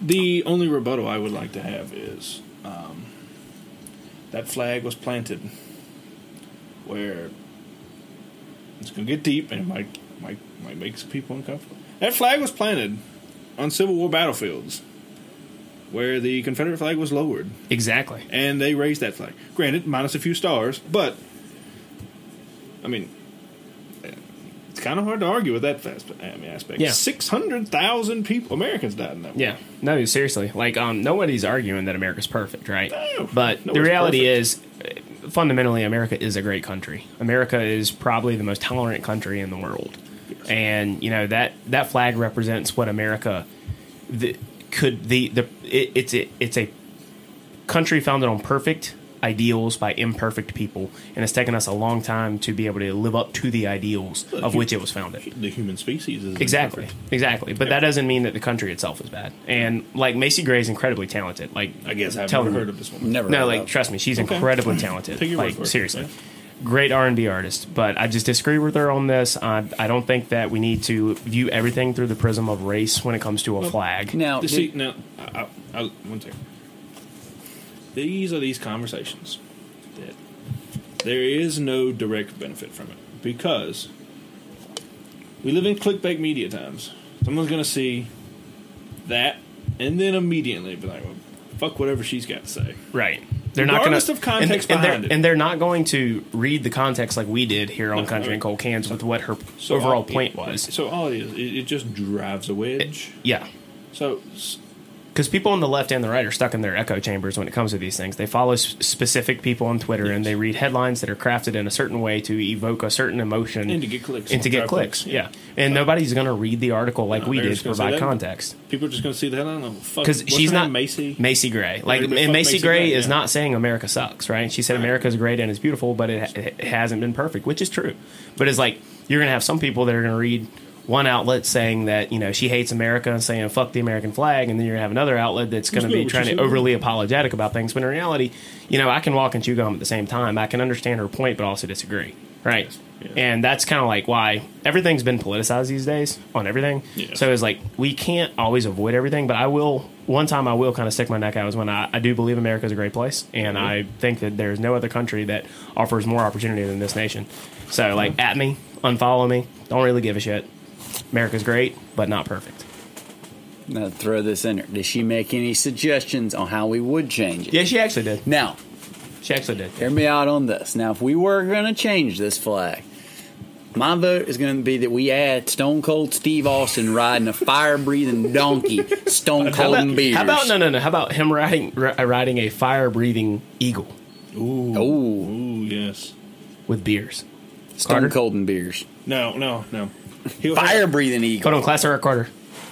[SPEAKER 4] the only rebuttal I would like to have is um, that flag was planted where it's going to get deep and it might, might, might make some people uncomfortable. That flag was planted on Civil War battlefields where the Confederate flag was lowered
[SPEAKER 2] Exactly.
[SPEAKER 4] and they raised that flag. Granted, minus a few stars, but I mean, it's kind of hard to argue with that fast. I mean, aspect.
[SPEAKER 2] Yeah.
[SPEAKER 4] six hundred thousand people, Americans died in that. war.
[SPEAKER 2] Yeah. No, seriously. Like, um, nobody's arguing that America's perfect, right?
[SPEAKER 4] No,
[SPEAKER 2] but the
[SPEAKER 4] nobody's
[SPEAKER 2] reality is, uh, fundamentally, America is a great country. America is probably the most tolerant country in the world, and you know that that flag represents what America the, could the the it, it's a, it's a country founded on perfect ideals by imperfect people, and it's taken us a long time to be able to live up to the ideals of
[SPEAKER 4] you-
[SPEAKER 2] which it was founded.
[SPEAKER 4] the human species is
[SPEAKER 2] Exactly,
[SPEAKER 4] imperfect.
[SPEAKER 2] exactly. But that doesn't mean that the country itself is bad. And like Macy Gray is incredibly talented. Like
[SPEAKER 4] I guess I've
[SPEAKER 2] Tell
[SPEAKER 4] never
[SPEAKER 2] me.
[SPEAKER 4] heard of this one.
[SPEAKER 3] Never.
[SPEAKER 2] no,
[SPEAKER 3] heard
[SPEAKER 2] like
[SPEAKER 3] of.
[SPEAKER 2] trust me, she's
[SPEAKER 4] Okay.
[SPEAKER 2] incredibly talented.
[SPEAKER 4] Take your word
[SPEAKER 2] like
[SPEAKER 4] for it.
[SPEAKER 2] seriously,
[SPEAKER 4] Yeah.
[SPEAKER 2] great R and B artist. But I just disagree with her on this. I, I don't think that we need to view everything through the prism of race when it comes to a flag.
[SPEAKER 3] now.
[SPEAKER 4] The-
[SPEAKER 3] did-
[SPEAKER 4] see, e-, now, I, I, I, one second. These are these conversations that there is no direct benefit from it because we live in clickbait media times. Someone's going to see that and then immediately be like, well, fuck whatever she's got to say.
[SPEAKER 2] Right. They're
[SPEAKER 4] Regardless
[SPEAKER 2] not
[SPEAKER 4] of
[SPEAKER 2] gonna,
[SPEAKER 4] context
[SPEAKER 2] and, and
[SPEAKER 4] behind
[SPEAKER 2] they're,
[SPEAKER 4] it.
[SPEAKER 2] and they're not going to read the context like we did here on
[SPEAKER 4] No,
[SPEAKER 2] Country
[SPEAKER 4] no.
[SPEAKER 2] and Cold Cans with what her
[SPEAKER 4] So
[SPEAKER 2] overall
[SPEAKER 4] all-
[SPEAKER 2] point was.
[SPEAKER 4] So all it is, it, it just drives a wedge.
[SPEAKER 2] yeah,
[SPEAKER 4] So s-
[SPEAKER 2] because people on the left and the right are stuck in their echo chambers when it comes to these things. They follow s- specific people on Twitter and they read headlines that are crafted in a certain way to evoke a certain emotion
[SPEAKER 4] And to get clicks.
[SPEAKER 2] And to get
[SPEAKER 4] Drive
[SPEAKER 2] clicks,
[SPEAKER 4] clicks,
[SPEAKER 2] yeah. And nobody's going to read the article like
[SPEAKER 4] No,
[SPEAKER 2] we
[SPEAKER 4] they're
[SPEAKER 2] did
[SPEAKER 4] just
[SPEAKER 2] to
[SPEAKER 4] gonna say
[SPEAKER 2] provide
[SPEAKER 4] that.
[SPEAKER 2] context
[SPEAKER 4] people are just going to see that. I don't know. Fuck.
[SPEAKER 2] because
[SPEAKER 4] what's
[SPEAKER 2] she's
[SPEAKER 4] her name?
[SPEAKER 2] not
[SPEAKER 4] Macy.
[SPEAKER 2] Macy Gray. Like
[SPEAKER 4] Fuck
[SPEAKER 2] and Macy,
[SPEAKER 4] Macy
[SPEAKER 2] Gray,
[SPEAKER 4] Gray,
[SPEAKER 2] is
[SPEAKER 4] yeah.
[SPEAKER 2] not saying America sucks, right? She said
[SPEAKER 4] Right.
[SPEAKER 2] America's great and it's beautiful, but it, it hasn't been perfect, which is true. But it's like you're gonna have some people that are gonna read one outlet saying that you know she hates America and saying fuck the American flag, and then you're gonna have another outlet that's gonna
[SPEAKER 4] That's
[SPEAKER 2] be
[SPEAKER 4] what
[SPEAKER 2] trying
[SPEAKER 4] she
[SPEAKER 2] to
[SPEAKER 4] said.
[SPEAKER 2] overly apologetic about things. When in reality, you know, I can walk and chew gum at the same time. I can understand her point, but also disagree. Right.
[SPEAKER 4] Yes.
[SPEAKER 2] And that's kind of like why everything's been politicized these days on everything.
[SPEAKER 4] Yes.
[SPEAKER 2] So it's like we can't always avoid everything, but I will. One time I will kind of stick my neck out is when I, I do believe America is a great place, and I think that there's no other country that offers more opportunity than this nation. So like at me, unfollow me, don't really give a shit. America's great, but not perfect.
[SPEAKER 3] Now throw this in there. Did she make any suggestions on how we would change it?
[SPEAKER 2] Yeah, she actually did.
[SPEAKER 3] Now,
[SPEAKER 2] She actually did.
[SPEAKER 3] hear me out on this. Now, if we were going to change this flag, my vote is going to be that we add Stone Cold Steve Austin riding a fire breathing donkey, Stone Cold and beers.
[SPEAKER 2] How about no, no, no? How about him riding ri- riding a fire breathing eagle
[SPEAKER 3] Ooh,
[SPEAKER 4] Ooh, yes.
[SPEAKER 2] with beers?
[SPEAKER 3] Stone
[SPEAKER 2] Carter?
[SPEAKER 3] Cold and beers.
[SPEAKER 4] No, no, no. He'll
[SPEAKER 3] Fire
[SPEAKER 4] Have,
[SPEAKER 3] breathing eagle.
[SPEAKER 2] Hold on, class Eric Carter.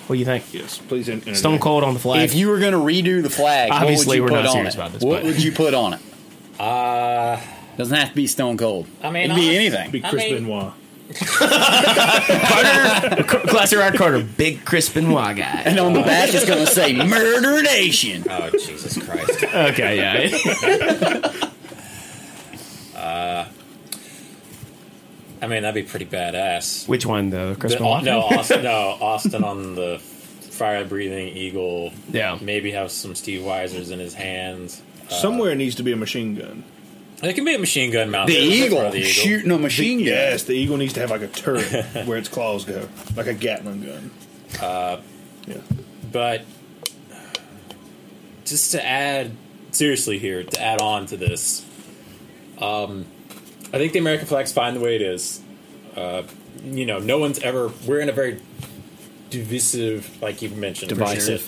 [SPEAKER 2] What do you think?
[SPEAKER 4] yes, please. in- interject.
[SPEAKER 2] Stone cold on the flag.
[SPEAKER 3] If you were going to redo the flag,
[SPEAKER 2] Obviously,
[SPEAKER 3] what would
[SPEAKER 2] we're
[SPEAKER 3] you put
[SPEAKER 2] not
[SPEAKER 3] on
[SPEAKER 2] serious
[SPEAKER 3] it?
[SPEAKER 2] about this,
[SPEAKER 3] What
[SPEAKER 2] but-
[SPEAKER 3] would you put on it? Uh, doesn't have to be Stone Cold.
[SPEAKER 5] I mean,
[SPEAKER 3] It'd be
[SPEAKER 5] honest-
[SPEAKER 4] Be
[SPEAKER 3] anything.
[SPEAKER 4] Chris
[SPEAKER 5] I mean-
[SPEAKER 4] Benoit.
[SPEAKER 2] Class Eric Carter, big Chris Benoit guy.
[SPEAKER 3] And on the back, it's going to say Murder Nation.
[SPEAKER 5] Oh Jesus Christ!
[SPEAKER 2] Okay, yeah.
[SPEAKER 5] I mean, that'd be pretty badass.
[SPEAKER 2] Which one, though? Chris
[SPEAKER 5] The-
[SPEAKER 2] Benoit?
[SPEAKER 5] no, Austin, no, Austin on the fire breathing eagle.
[SPEAKER 2] Yeah.
[SPEAKER 5] Maybe have some Steve Weisers in his hands.
[SPEAKER 4] Somewhere needs to be a machine gun.
[SPEAKER 5] There can be a machine gun mounted.
[SPEAKER 3] The
[SPEAKER 5] in
[SPEAKER 3] eagle,
[SPEAKER 5] front of the eagle.
[SPEAKER 3] shooting a machine gun.
[SPEAKER 4] Yes, the eagle needs to have like a turret where its claws go, like a Gatling gun. Uh, yeah.
[SPEAKER 5] But just to add seriously here, to add on to this, um, I think the American flag's fine the way it is. Uh, you know, no one's ever. We're in a very divisive, like you've mentioned,
[SPEAKER 3] Divisive.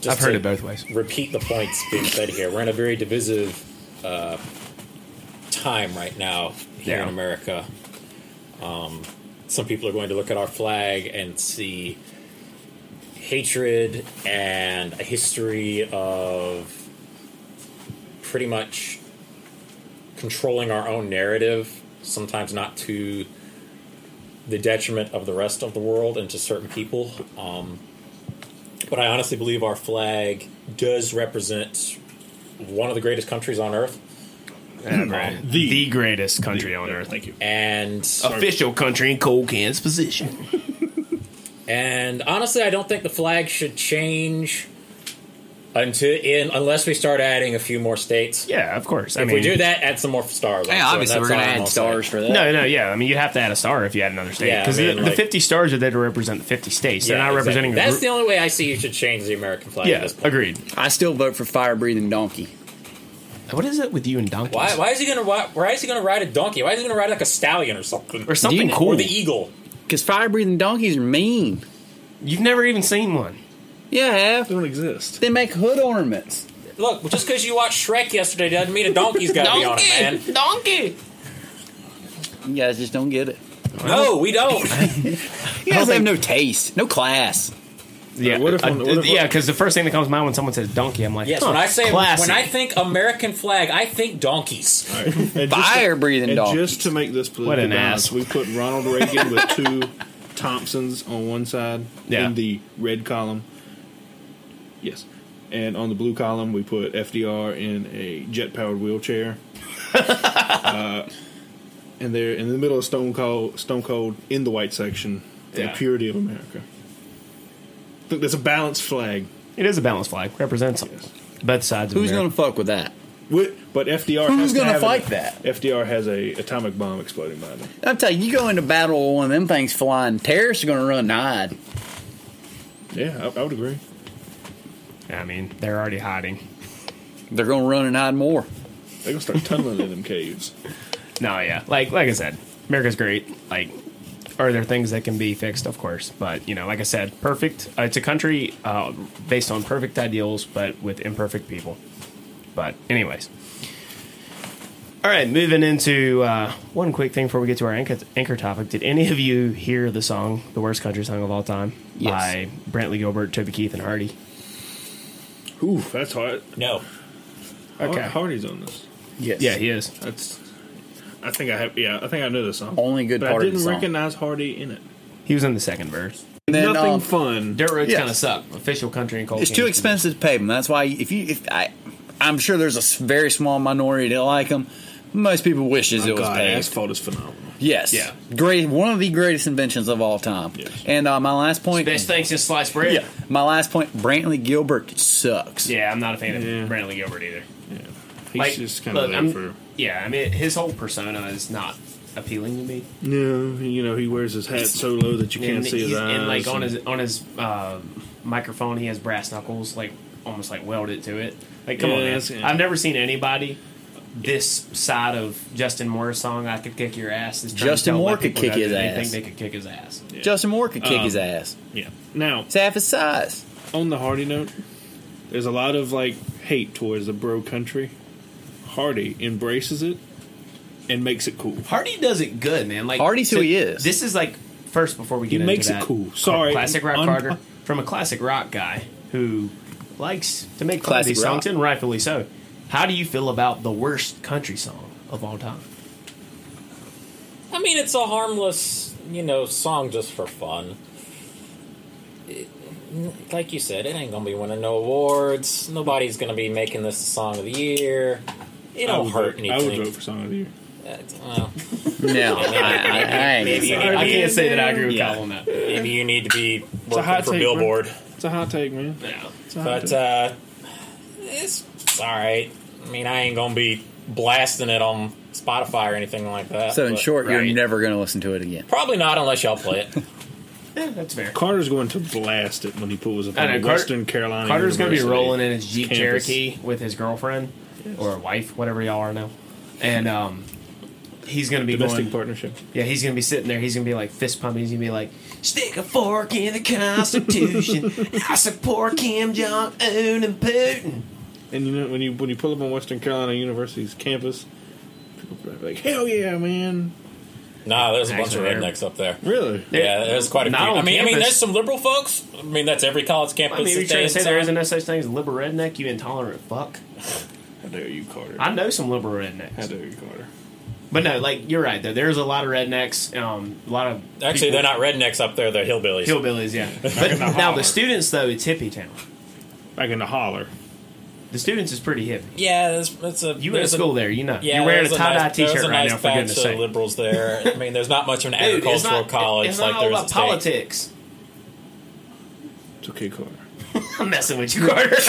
[SPEAKER 5] Just
[SPEAKER 2] I've heard
[SPEAKER 5] to
[SPEAKER 2] it both ways.
[SPEAKER 5] Repeat the points being said here. We're in a very divisive uh, time right now here in
[SPEAKER 2] Yeah.
[SPEAKER 5] America. Um, some people are going to look at our flag and see hatred and a history of pretty much controlling our own narrative, sometimes not to the detriment of the rest of the world and to certain people. Um, but I honestly believe our flag does represent one of the greatest countries on earth.
[SPEAKER 2] The, greatest country on earth.
[SPEAKER 4] Thank you.
[SPEAKER 5] And
[SPEAKER 2] Official country in cold cans position.
[SPEAKER 5] And honestly, I don't think the flag should change until in unless we start adding a few more states.
[SPEAKER 2] Yeah, of course. I
[SPEAKER 5] If
[SPEAKER 2] mean,
[SPEAKER 5] we do that, add some more stars.
[SPEAKER 3] Yeah,
[SPEAKER 5] So
[SPEAKER 3] obviously
[SPEAKER 5] that's
[SPEAKER 3] we're gonna
[SPEAKER 5] all I'm
[SPEAKER 3] add
[SPEAKER 5] all
[SPEAKER 3] stars
[SPEAKER 5] saying.
[SPEAKER 3] for that.
[SPEAKER 2] No, no, yeah. I mean, you'd have to add a star if you add another state
[SPEAKER 5] Yeah, I
[SPEAKER 2] because
[SPEAKER 5] mean,
[SPEAKER 2] the, the
[SPEAKER 5] like-
[SPEAKER 2] fifty stars are there to represent the fifty states. They're
[SPEAKER 5] Yeah,
[SPEAKER 2] not
[SPEAKER 5] exactly.
[SPEAKER 2] representing. the
[SPEAKER 5] That's
[SPEAKER 2] group-
[SPEAKER 5] the only way I see you should change the American flag. at
[SPEAKER 2] Yeah,
[SPEAKER 5] this point.
[SPEAKER 2] agreed.
[SPEAKER 3] I still vote for fire breathing donkey.
[SPEAKER 2] What is it with you and donkeys?
[SPEAKER 5] Why, why is he gonna why, why is he gonna ride a donkey? Why is he gonna ride like a stallion or something
[SPEAKER 2] Or something
[SPEAKER 3] Dude,
[SPEAKER 2] cool.
[SPEAKER 5] or the eagle?
[SPEAKER 3] Because fire breathing donkeys are mean.
[SPEAKER 2] You've never even seen one.
[SPEAKER 3] Yeah, I have.
[SPEAKER 4] Don't exist.
[SPEAKER 3] They make hood ornaments.
[SPEAKER 5] Look, just because you watched Shrek yesterday doesn't mean a donkey's got to be on it, man.
[SPEAKER 2] donkey.
[SPEAKER 3] You guys just don't get it.
[SPEAKER 5] No, we don't.
[SPEAKER 3] You guys have no taste, no class.
[SPEAKER 2] Yeah,
[SPEAKER 4] What if-
[SPEAKER 2] uh,
[SPEAKER 4] what if-
[SPEAKER 2] yeah, because the first thing that comes to mind when someone says donkey, I'm like,
[SPEAKER 5] Yes,
[SPEAKER 2] huh,
[SPEAKER 5] when I say
[SPEAKER 2] classy.
[SPEAKER 5] when I think American flag, I think donkeys.
[SPEAKER 4] All right. And just-
[SPEAKER 3] Fire breathing
[SPEAKER 4] And
[SPEAKER 3] donkey.
[SPEAKER 4] just to make this politically
[SPEAKER 2] an
[SPEAKER 4] balanced,
[SPEAKER 2] ass.
[SPEAKER 4] we put Ronald Reagan with two Thompsons on one side
[SPEAKER 2] Yeah.
[SPEAKER 4] in the red column. Yes. And on the blue column, we put FDR in a jet powered wheelchair. uh, and they're in the middle of Stone Cold, Stone Cold in the white section, the
[SPEAKER 2] Yeah.
[SPEAKER 4] purity of America. Look, there's a balanced flag.
[SPEAKER 2] it is a balanced flag. Represents
[SPEAKER 4] Yes.
[SPEAKER 2] both sides. Of
[SPEAKER 3] Who's
[SPEAKER 2] America.
[SPEAKER 3] going to fuck with that?
[SPEAKER 4] Wi- But FDR
[SPEAKER 3] Who's
[SPEAKER 4] has to
[SPEAKER 3] gonna
[SPEAKER 4] have
[SPEAKER 3] fight
[SPEAKER 4] an-
[SPEAKER 3] that?
[SPEAKER 4] FDR has a atomic bomb exploding behind him.
[SPEAKER 3] I'm telling you, you go into battle with one of them things flying, terrorists are going to run and hide.
[SPEAKER 4] Yeah, I, I would agree.
[SPEAKER 2] I mean, they're already hiding.
[SPEAKER 3] They're going to run and hide more.
[SPEAKER 4] They're gonna start tunneling in them caves.
[SPEAKER 2] No, yeah, like like I said, America's great. Like, are there things that can be fixed? Of course, but you know, like I said, perfect. Uh, it's a country uh, based on perfect ideals, but with imperfect people. But anyways, all right, moving into uh, one quick thing before we get to our anchor, anchor topic. Did any of you hear the song, the worst country song of all time,
[SPEAKER 3] Yes.
[SPEAKER 2] by Brantley Gilbert, Toby Keith, and Hardy?
[SPEAKER 4] Ooh, that's hard.
[SPEAKER 5] No,
[SPEAKER 4] Okay,
[SPEAKER 2] Okay.
[SPEAKER 4] Hardy's on this.
[SPEAKER 3] Yes.
[SPEAKER 2] Yeah, he is.
[SPEAKER 4] That's. I think I have. Yeah, I think I know this song.
[SPEAKER 3] Only good
[SPEAKER 4] but
[SPEAKER 3] part
[SPEAKER 4] I
[SPEAKER 3] of
[SPEAKER 4] didn't
[SPEAKER 3] the song.
[SPEAKER 4] recognize Hardy in it.
[SPEAKER 2] He was in the second verse.
[SPEAKER 3] And then,
[SPEAKER 4] Nothing
[SPEAKER 3] um,
[SPEAKER 4] fun.
[SPEAKER 2] Dirt roads
[SPEAKER 3] Yes.
[SPEAKER 2] kind of suck. Official country and cold.
[SPEAKER 3] It's too
[SPEAKER 2] cans.
[SPEAKER 3] expensive to pay them. That's why if you, if I, I'm sure there's a s- very small minority that like them. Most people wishes it was
[SPEAKER 4] God,
[SPEAKER 3] paid.
[SPEAKER 4] asphalt is phenomenal.
[SPEAKER 3] Yes.
[SPEAKER 2] Yeah.
[SPEAKER 3] Great. One of the greatest inventions of all time.
[SPEAKER 4] Yes.
[SPEAKER 3] And uh, my last point.
[SPEAKER 2] Best thing since sliced bread.
[SPEAKER 3] Yeah. My last point. Brantley Gilbert sucks.
[SPEAKER 2] Yeah, I'm not a fan
[SPEAKER 4] Yeah.
[SPEAKER 2] of Brantley Gilbert either.
[SPEAKER 4] Yeah, he's just kind
[SPEAKER 2] look,
[SPEAKER 4] of there
[SPEAKER 2] I'm-
[SPEAKER 4] for.
[SPEAKER 2] Yeah, I mean, his whole persona is not appealing to me.
[SPEAKER 4] No, you know he wears his hat so low that you can't
[SPEAKER 2] and
[SPEAKER 4] see his
[SPEAKER 2] he's-
[SPEAKER 4] eyes.
[SPEAKER 2] And like on
[SPEAKER 4] and-
[SPEAKER 2] his on his uh, microphone, he has brass knuckles, like almost like welded to it. Like, come
[SPEAKER 4] Yeah,
[SPEAKER 2] on, man.
[SPEAKER 4] that's- yeah.
[SPEAKER 2] I've never seen anybody this side of Justin Moore's song. I could kick your ass. is trying to
[SPEAKER 3] Justin
[SPEAKER 2] tell
[SPEAKER 3] Moore
[SPEAKER 2] white
[SPEAKER 3] could
[SPEAKER 2] people
[SPEAKER 3] kick
[SPEAKER 2] that
[SPEAKER 3] his
[SPEAKER 2] they
[SPEAKER 3] ass.
[SPEAKER 2] Think they could kick his ass.
[SPEAKER 3] Justin Moore could kick
[SPEAKER 4] Um,
[SPEAKER 3] his ass.
[SPEAKER 4] yeah. Now
[SPEAKER 3] It's half his size.
[SPEAKER 4] on the Hardy note, there's a lot of like hate towards the bro country. Hardy embraces it and makes it cool.
[SPEAKER 2] Hardy does it good, man. Like
[SPEAKER 3] Hardy's who
[SPEAKER 2] so-
[SPEAKER 3] he is.
[SPEAKER 2] This is like first before we get into
[SPEAKER 4] makes it
[SPEAKER 2] that,
[SPEAKER 4] cool. Sorry,
[SPEAKER 2] classic rock
[SPEAKER 4] un-
[SPEAKER 2] Carter from a classic rock guy who likes to make fun of
[SPEAKER 3] Classic
[SPEAKER 2] these songs,
[SPEAKER 3] rock.
[SPEAKER 2] and rightfully so. How do you feel about the worst country song of all time?
[SPEAKER 5] I mean it's a harmless, you know, song just for fun. It- like you said, it ain't gonna be winning no awards. Nobody's gonna be making this the song of the year. It
[SPEAKER 4] I
[SPEAKER 5] don't
[SPEAKER 4] would
[SPEAKER 5] hurt
[SPEAKER 4] vote- I would vote
[SPEAKER 5] anything.
[SPEAKER 4] for song of the year.
[SPEAKER 5] Uh, well,
[SPEAKER 3] No, I, I, I ain't
[SPEAKER 5] maybe, you
[SPEAKER 3] gonna say
[SPEAKER 5] need,
[SPEAKER 2] I can't say that I agree with
[SPEAKER 3] Yeah.
[SPEAKER 2] Kyle on that.
[SPEAKER 5] maybe you need to be
[SPEAKER 4] a
[SPEAKER 5] working
[SPEAKER 4] hot
[SPEAKER 5] for
[SPEAKER 4] take, bro.
[SPEAKER 5] Billboard.
[SPEAKER 4] It's a hot take, man.
[SPEAKER 2] No.
[SPEAKER 4] It's a hot
[SPEAKER 5] But
[SPEAKER 4] take.
[SPEAKER 5] uh, it's it's all right. I mean, I ain't gonna be blasting it on Spotify or anything like that.
[SPEAKER 3] So in
[SPEAKER 5] but-
[SPEAKER 3] short,
[SPEAKER 2] right.
[SPEAKER 3] you're never going to listen to it again.
[SPEAKER 5] probably not unless y'all play it.
[SPEAKER 2] Yeah, that's fair.
[SPEAKER 4] Carter's going to blast it when he pulls up
[SPEAKER 2] I
[SPEAKER 4] on
[SPEAKER 2] know, Carter-
[SPEAKER 4] Western Carolina.
[SPEAKER 2] Carter's going to be
[SPEAKER 4] University
[SPEAKER 2] rolling in his Jeep
[SPEAKER 4] campus.
[SPEAKER 2] Cherokee with his girlfriend or wife, whatever y'all are now. And um, he's going to be
[SPEAKER 4] Domestic
[SPEAKER 2] going.
[SPEAKER 4] partnership.
[SPEAKER 2] Yeah, he's going to be sitting there. He's going to be like fist pumping. He's going to be like, stick a fork in the Constitution. I support Kim Jong Un and Putin.
[SPEAKER 4] And you know when you when you pull up on Western Carolina University's campus, people are like, "Hell yeah, man!"
[SPEAKER 5] Nah, there's a bunch
[SPEAKER 2] Actually, they're-
[SPEAKER 5] of rednecks up there.
[SPEAKER 4] Really?
[SPEAKER 5] Yeah, there's quite a few.
[SPEAKER 2] Not on
[SPEAKER 5] I mean, I mean,
[SPEAKER 2] campus.
[SPEAKER 5] there's some liberal folks. I mean, that's every college campus.
[SPEAKER 2] I mean,
[SPEAKER 5] that
[SPEAKER 2] you're trying to
[SPEAKER 5] they
[SPEAKER 2] say there
[SPEAKER 5] inside.
[SPEAKER 2] isn't no such thing as a liberal redneck, you intolerant fuck.
[SPEAKER 4] How dare you, Carter?
[SPEAKER 2] I know some liberal
[SPEAKER 4] How
[SPEAKER 2] rednecks.
[SPEAKER 4] dare you, Carter?
[SPEAKER 2] But no, like, you're right, though. There's a lot of rednecks, um, a lot of.
[SPEAKER 5] Actually,
[SPEAKER 2] people-
[SPEAKER 5] they're not rednecks up there. They're hillbillies.
[SPEAKER 2] Hillbillies, yeah. But
[SPEAKER 4] gonna
[SPEAKER 2] now
[SPEAKER 4] holler.
[SPEAKER 2] the students, though, it's hippie town.
[SPEAKER 4] Back in the holler.
[SPEAKER 2] The students is pretty hippie.
[SPEAKER 5] yeah, that's, that's a.
[SPEAKER 2] You went to
[SPEAKER 5] there's a-
[SPEAKER 2] school there, you know.
[SPEAKER 5] Yeah,
[SPEAKER 2] You're wearing a
[SPEAKER 5] there's
[SPEAKER 2] tie dye
[SPEAKER 5] nice-
[SPEAKER 2] t
[SPEAKER 5] there's
[SPEAKER 2] shirt
[SPEAKER 5] a
[SPEAKER 2] right
[SPEAKER 5] nice
[SPEAKER 2] now, for goodness
[SPEAKER 5] batch of
[SPEAKER 2] sake.
[SPEAKER 5] liberals there. I mean, there's not much of an
[SPEAKER 2] Dude, it's
[SPEAKER 5] agricultural
[SPEAKER 2] not,
[SPEAKER 5] college
[SPEAKER 2] it's
[SPEAKER 5] like
[SPEAKER 2] not all
[SPEAKER 5] there's
[SPEAKER 2] about
[SPEAKER 5] a state.
[SPEAKER 2] politics.
[SPEAKER 4] It's okay, Carter.
[SPEAKER 2] I'm messing with you, Carter. Triggered.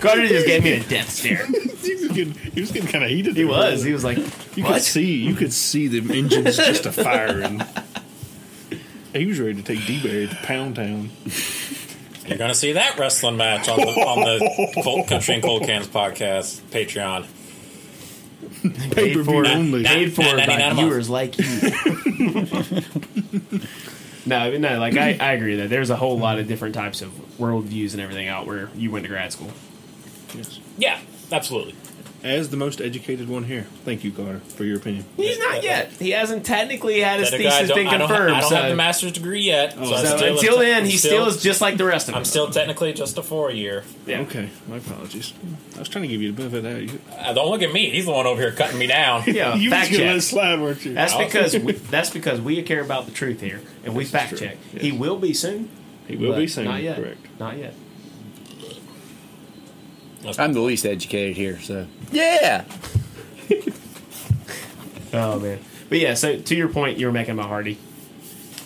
[SPEAKER 2] Carter just gave me a death stare.
[SPEAKER 4] he was getting, he was getting kind of heated.
[SPEAKER 2] He
[SPEAKER 4] there,
[SPEAKER 2] was.
[SPEAKER 4] wasn't
[SPEAKER 2] He was like,
[SPEAKER 4] You
[SPEAKER 2] what?
[SPEAKER 4] could see, you could see the engines just a firing. He was ready to take D-Berry to Pound Town.
[SPEAKER 5] You're going to see that wrestling match on the, on the Cold Country and Cold Cans podcast Patreon.
[SPEAKER 4] Paper
[SPEAKER 2] for-
[SPEAKER 4] view only.
[SPEAKER 5] Nah,
[SPEAKER 2] paid for
[SPEAKER 5] nah, nah, nah,
[SPEAKER 2] by
[SPEAKER 5] nah,
[SPEAKER 2] viewers like you. no, I mean, no, like I, I agree that there's a whole lot of different types of worldviews and everything out where you went to grad school.
[SPEAKER 4] Yes.
[SPEAKER 5] Yeah, absolutely.
[SPEAKER 4] As the most educated one here, thank you, Carter, for your opinion.
[SPEAKER 2] He's not yet. He hasn't technically had his
[SPEAKER 5] That guy, I
[SPEAKER 2] thesis
[SPEAKER 5] don't,
[SPEAKER 2] been
[SPEAKER 5] I don't, ha-
[SPEAKER 2] confirmed.
[SPEAKER 5] I don't
[SPEAKER 2] so. Oh,
[SPEAKER 5] have the master's degree yet. so I'm
[SPEAKER 2] So
[SPEAKER 5] still
[SPEAKER 2] until
[SPEAKER 5] in-
[SPEAKER 2] then,
[SPEAKER 5] I'm
[SPEAKER 2] he still is just like the rest of
[SPEAKER 5] I'm
[SPEAKER 2] us.
[SPEAKER 5] still technically just a four year.
[SPEAKER 2] Yeah.
[SPEAKER 4] Okay, my apologies. I was trying to give you the benefit of that. You,
[SPEAKER 5] Uh, don't look at me. He's the one over here cutting me down.
[SPEAKER 2] Yeah,
[SPEAKER 4] you
[SPEAKER 2] fact
[SPEAKER 4] was gonna
[SPEAKER 2] check.
[SPEAKER 4] let it slide, weren't you?
[SPEAKER 2] That's
[SPEAKER 5] Awesome.
[SPEAKER 2] because we, that's because we care about the truth here, and we fact
[SPEAKER 4] true.
[SPEAKER 2] check.
[SPEAKER 4] Yes.
[SPEAKER 2] He will be soon.
[SPEAKER 4] he will
[SPEAKER 2] but
[SPEAKER 4] be saying
[SPEAKER 2] not yet.
[SPEAKER 4] correct.
[SPEAKER 2] Not yet.
[SPEAKER 3] I'm the least educated here, so yeah.
[SPEAKER 2] Oh man. But yeah, so to your point, you were making about Hardy.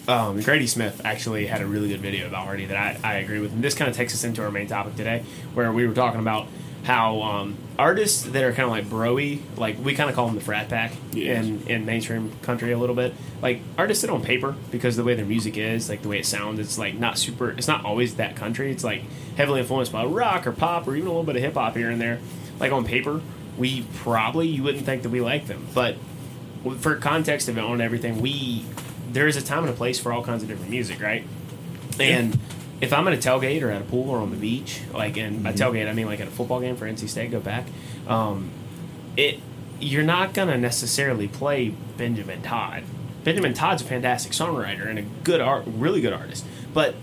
[SPEAKER 2] Um, Grady Smith actually had a really good video about Hardy that I, I agree with. And this kind of takes us into our main topic today, where we were talking about how um, artists that are kind of like broy, like we kind of call them the frat pack
[SPEAKER 4] Yes.
[SPEAKER 2] in, in mainstream country a little bit. Like artists that on paper, because the way their music is, like the way it sounds, it's like not super, it's not always that country. It's like heavily influenced by rock or pop or even a little bit of hip hop here and there. Like on paper, we probably, you wouldn't think that we like them. But well, for context of it on everything, we there is a time and a place for all kinds of different music, right? And if I'm at a tailgate or at a pool or on the beach, like and by tailgate I mean like at a football game for NC State, go back. Um, it you're not gonna necessarily play Benjamin Todd. Benjamin Todd's a fantastic songwriter and a good art, really good artist, but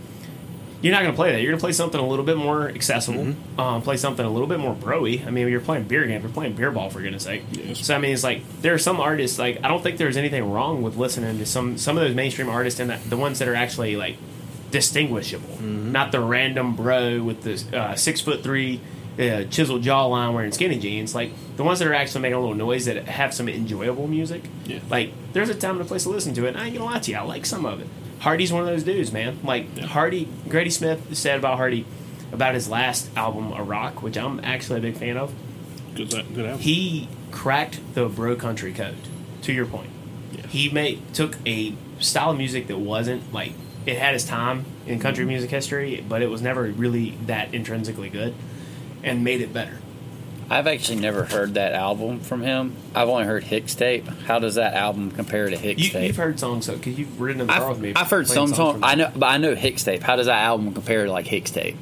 [SPEAKER 2] you're not going to play that. You're going to play something a little bit more accessible. Um, play something a little bit more broy. I mean, you're playing beer games. You're playing beer ball for goodness sake.
[SPEAKER 4] Yes.
[SPEAKER 2] So I mean, it's like there are some artists. Like I don't think there's anything wrong with listening to some some of those mainstream artists and the, the ones that are actually like distinguishable, not the random bro with the uh, six foot three. Uh, chiseled jawline wearing skinny jeans like the ones that are actually making a little noise that have some enjoyable music
[SPEAKER 4] Yeah.
[SPEAKER 2] like there's a time and a place to listen to it and i ain't gonna lie to you i like some of it hardy's one of those dudes man like hardy grady smith said about hardy about his last album a rock which i'm actually a big fan of
[SPEAKER 4] Good, good album.
[SPEAKER 2] he cracked the bro country code. To your point, he made took a style of music that wasn't like it had its time in
[SPEAKER 3] Mm-hmm.
[SPEAKER 2] country music history, but it was never really that intrinsically good, and made it better.
[SPEAKER 3] I've actually never heard that album from him. I've only heard Hicks tape. How does that album compare to Hicks
[SPEAKER 2] You,
[SPEAKER 3] tape?
[SPEAKER 2] you've heard songs because you've ridden in the car with
[SPEAKER 3] I've,
[SPEAKER 2] me.
[SPEAKER 3] I've heard
[SPEAKER 2] playing
[SPEAKER 3] some songs.
[SPEAKER 2] from
[SPEAKER 3] I
[SPEAKER 2] him.
[SPEAKER 3] know, but I know Hicks tape. How does that album compare to like Hicks tape?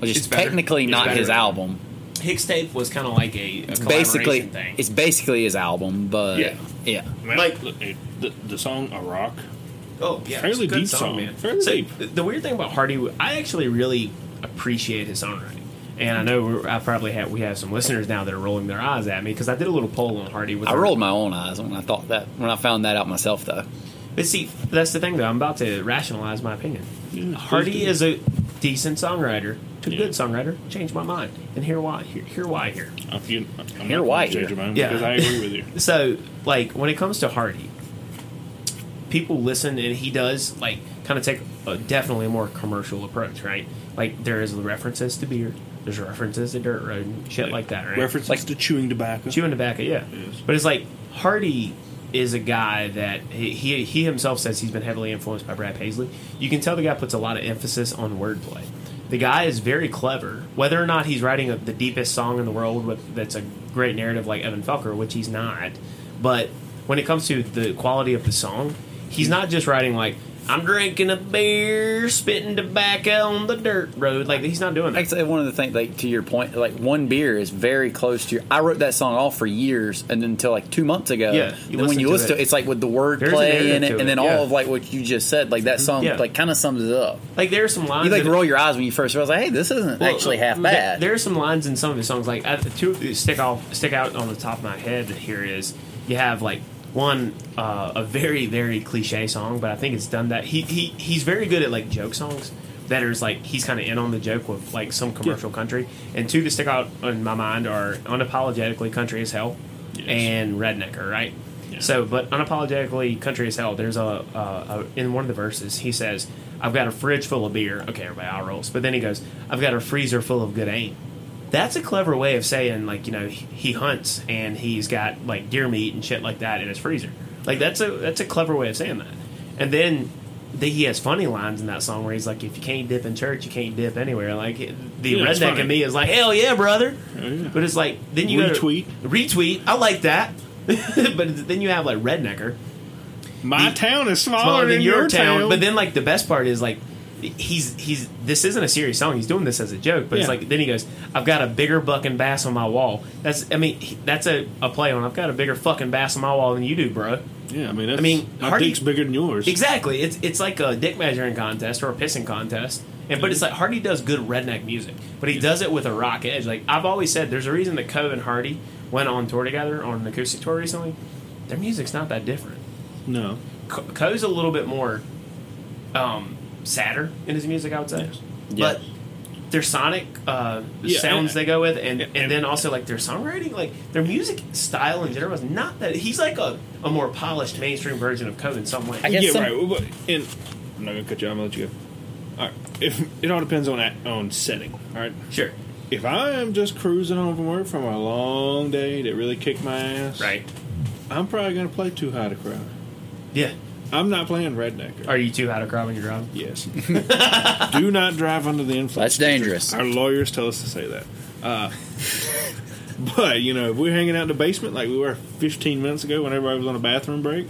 [SPEAKER 3] Which
[SPEAKER 2] It's
[SPEAKER 3] is
[SPEAKER 2] better.
[SPEAKER 3] technically
[SPEAKER 2] It's
[SPEAKER 3] not
[SPEAKER 2] better.
[SPEAKER 3] his album.
[SPEAKER 2] Hicks tape was kind of like a, a
[SPEAKER 3] It's
[SPEAKER 2] collaboration
[SPEAKER 3] basically
[SPEAKER 2] thing.
[SPEAKER 3] it's basically his album, but
[SPEAKER 2] Yeah.
[SPEAKER 3] yeah,
[SPEAKER 4] Man,
[SPEAKER 2] like-
[SPEAKER 4] look, it- the, the song "A Rock."
[SPEAKER 2] Oh, yeah.
[SPEAKER 4] Fairly
[SPEAKER 2] it's a good
[SPEAKER 4] deep song. Fairly
[SPEAKER 2] so,
[SPEAKER 4] deep.
[SPEAKER 2] th- The weird thing about Hardy, I actually really appreciate his songwriting. And I know we're- I probably have we have some listeners now that are rolling their eyes at me because I did a little poll on Hardy. With
[SPEAKER 3] I rolled my own eyes when I thought that when I found that out myself though.
[SPEAKER 2] But see, that's the thing though. I'm about to rationalize my opinion.
[SPEAKER 4] Yeah, please
[SPEAKER 2] Hardy
[SPEAKER 4] do.
[SPEAKER 2] is a decent songwriter, to
[SPEAKER 4] Yeah.
[SPEAKER 2] good songwriter. Changed my mind, and here why here, here why here.
[SPEAKER 4] I'm, you, I'm
[SPEAKER 3] You're
[SPEAKER 4] not
[SPEAKER 3] white
[SPEAKER 4] white change
[SPEAKER 3] here.
[SPEAKER 4] your mind
[SPEAKER 2] Yeah.
[SPEAKER 4] because I agree with you.
[SPEAKER 2] so like when it comes to Hardy, people listen and he does like kind of take a, definitely a more commercial approach, right? Like there is references to beer, There's references to Dirt Road and shit like that, right?
[SPEAKER 4] References
[SPEAKER 2] like
[SPEAKER 4] to chewing tobacco.
[SPEAKER 2] chewing tobacco, yeah.
[SPEAKER 4] Yes.
[SPEAKER 2] But it's like Hardy is a guy that he, he he himself says he's been heavily influenced by Brad Paisley. You can tell the guy puts a lot of emphasis on wordplay. The guy is very clever. Whether or not he's writing a, the deepest song in the world with that's a great narrative like Evan Felker, which he's not, but when it comes to the quality of the song, he's not just writing like I'm drinking a beer, spitting tobacco on the dirt road. Like he's not doing that.
[SPEAKER 3] Actually, one of the things, like to your point, like one beer is very close to. Your, I wrote that song off for years, and until like two months ago.
[SPEAKER 2] Yeah, you
[SPEAKER 3] And then when
[SPEAKER 2] listen
[SPEAKER 3] you
[SPEAKER 2] to
[SPEAKER 3] listen to
[SPEAKER 2] it.
[SPEAKER 3] it, it's like with the
[SPEAKER 2] There's a
[SPEAKER 3] wordplay
[SPEAKER 2] narrative
[SPEAKER 3] in it,
[SPEAKER 2] to
[SPEAKER 3] and
[SPEAKER 2] it,
[SPEAKER 3] then
[SPEAKER 2] yeah.
[SPEAKER 3] all of like what you just said, like that song,
[SPEAKER 2] Yeah.
[SPEAKER 3] like kind of sums it up.
[SPEAKER 2] Like there are some lines.
[SPEAKER 3] You like
[SPEAKER 2] that-
[SPEAKER 3] roll your eyes when you first realize, hey, this isn't
[SPEAKER 2] Well,
[SPEAKER 3] actually half
[SPEAKER 2] th-
[SPEAKER 3] bad.
[SPEAKER 2] There are some lines in some of his songs, like I, two of these stick off, stick out on the top of my head. Here is you have like one uh, a very very cliche song, but I think it's done that. He he he's very good at like joke songs that is like he's kind of in on the joke with like some commercial country. And two that stick out in my mind are unapologetically country as hell and rednecker, right? So, but unapologetically country as hell. There's a, a, a in one of the verses he says, "I've got a fridge full of beer." Okay, everybody eye rolls. But then he goes, "I've got a freezer full of good aim." That's a clever way of saying like you know he, he hunts and he's got like deer meat and shit like that in his freezer. Like that's a that's a clever way of saying that. And then the, he has funny lines in that song where he's like, "If you can't dip in church, you can't dip anywhere." Like the
[SPEAKER 4] Yeah, it's
[SPEAKER 2] redneck
[SPEAKER 4] funny.
[SPEAKER 2] in me is like, "Hell yeah, brother!"
[SPEAKER 4] yeah.
[SPEAKER 2] But it's like then you gotta-
[SPEAKER 4] Retweet.
[SPEAKER 2] retweet. I like that. but then you have like rednecker
[SPEAKER 4] My
[SPEAKER 2] The-
[SPEAKER 4] town is smaller,
[SPEAKER 2] smaller
[SPEAKER 4] than, your town.
[SPEAKER 2] But then like the best part is like he's he's this isn't a serious song. He's doing this as a joke. But it's
[SPEAKER 4] Yeah.
[SPEAKER 2] like then he goes, I've got a bigger bucking bass on my wall. That's I mean he- that's a, a play on. I've got a bigger fucking bass on my wall than you do, bro.
[SPEAKER 4] yeah, I mean, that's,
[SPEAKER 2] I mean,
[SPEAKER 4] my
[SPEAKER 2] Hardy-
[SPEAKER 4] dick's bigger than yours.
[SPEAKER 2] Exactly. It's it's like a dick measuring contest or a pissing contest. And but it's like Hardy does good redneck music, but he does it with a rock edge. Like I've always said, there's a reason that Cove and Hardy went on tour together on an acoustic tour recently. Their music's not that different.
[SPEAKER 4] No,
[SPEAKER 2] Co- Co's a little bit more um, sadder in his music, I would say. But their sonic uh,
[SPEAKER 4] Yeah,
[SPEAKER 2] sounds
[SPEAKER 4] and-
[SPEAKER 2] they go with, and, and,
[SPEAKER 4] and-
[SPEAKER 2] then also like their songwriting, like their music style in general is not that. He's like a, a more polished mainstream version of Co in some ways.
[SPEAKER 3] I guess
[SPEAKER 4] yeah,
[SPEAKER 3] some-
[SPEAKER 4] right. But, and I'm not gonna cut you. I'm gonna let you go. All right. If it all depends on that on setting. All right.
[SPEAKER 2] Sure.
[SPEAKER 4] If I am just cruising home from work from a long day that really kicked my ass,
[SPEAKER 2] Right.
[SPEAKER 4] I'm probably gonna play too high to cry.
[SPEAKER 2] Yeah.
[SPEAKER 4] I'm not playing rednecker.
[SPEAKER 2] Are you too high to cry when you're driving?
[SPEAKER 4] Yes. Do not drive under the influence.
[SPEAKER 3] That's dangerous.
[SPEAKER 4] Our lawyers tell us to say that. Uh, but you know, if we're hanging out in the basement like we were 15 minutes ago when everybody was on a bathroom break,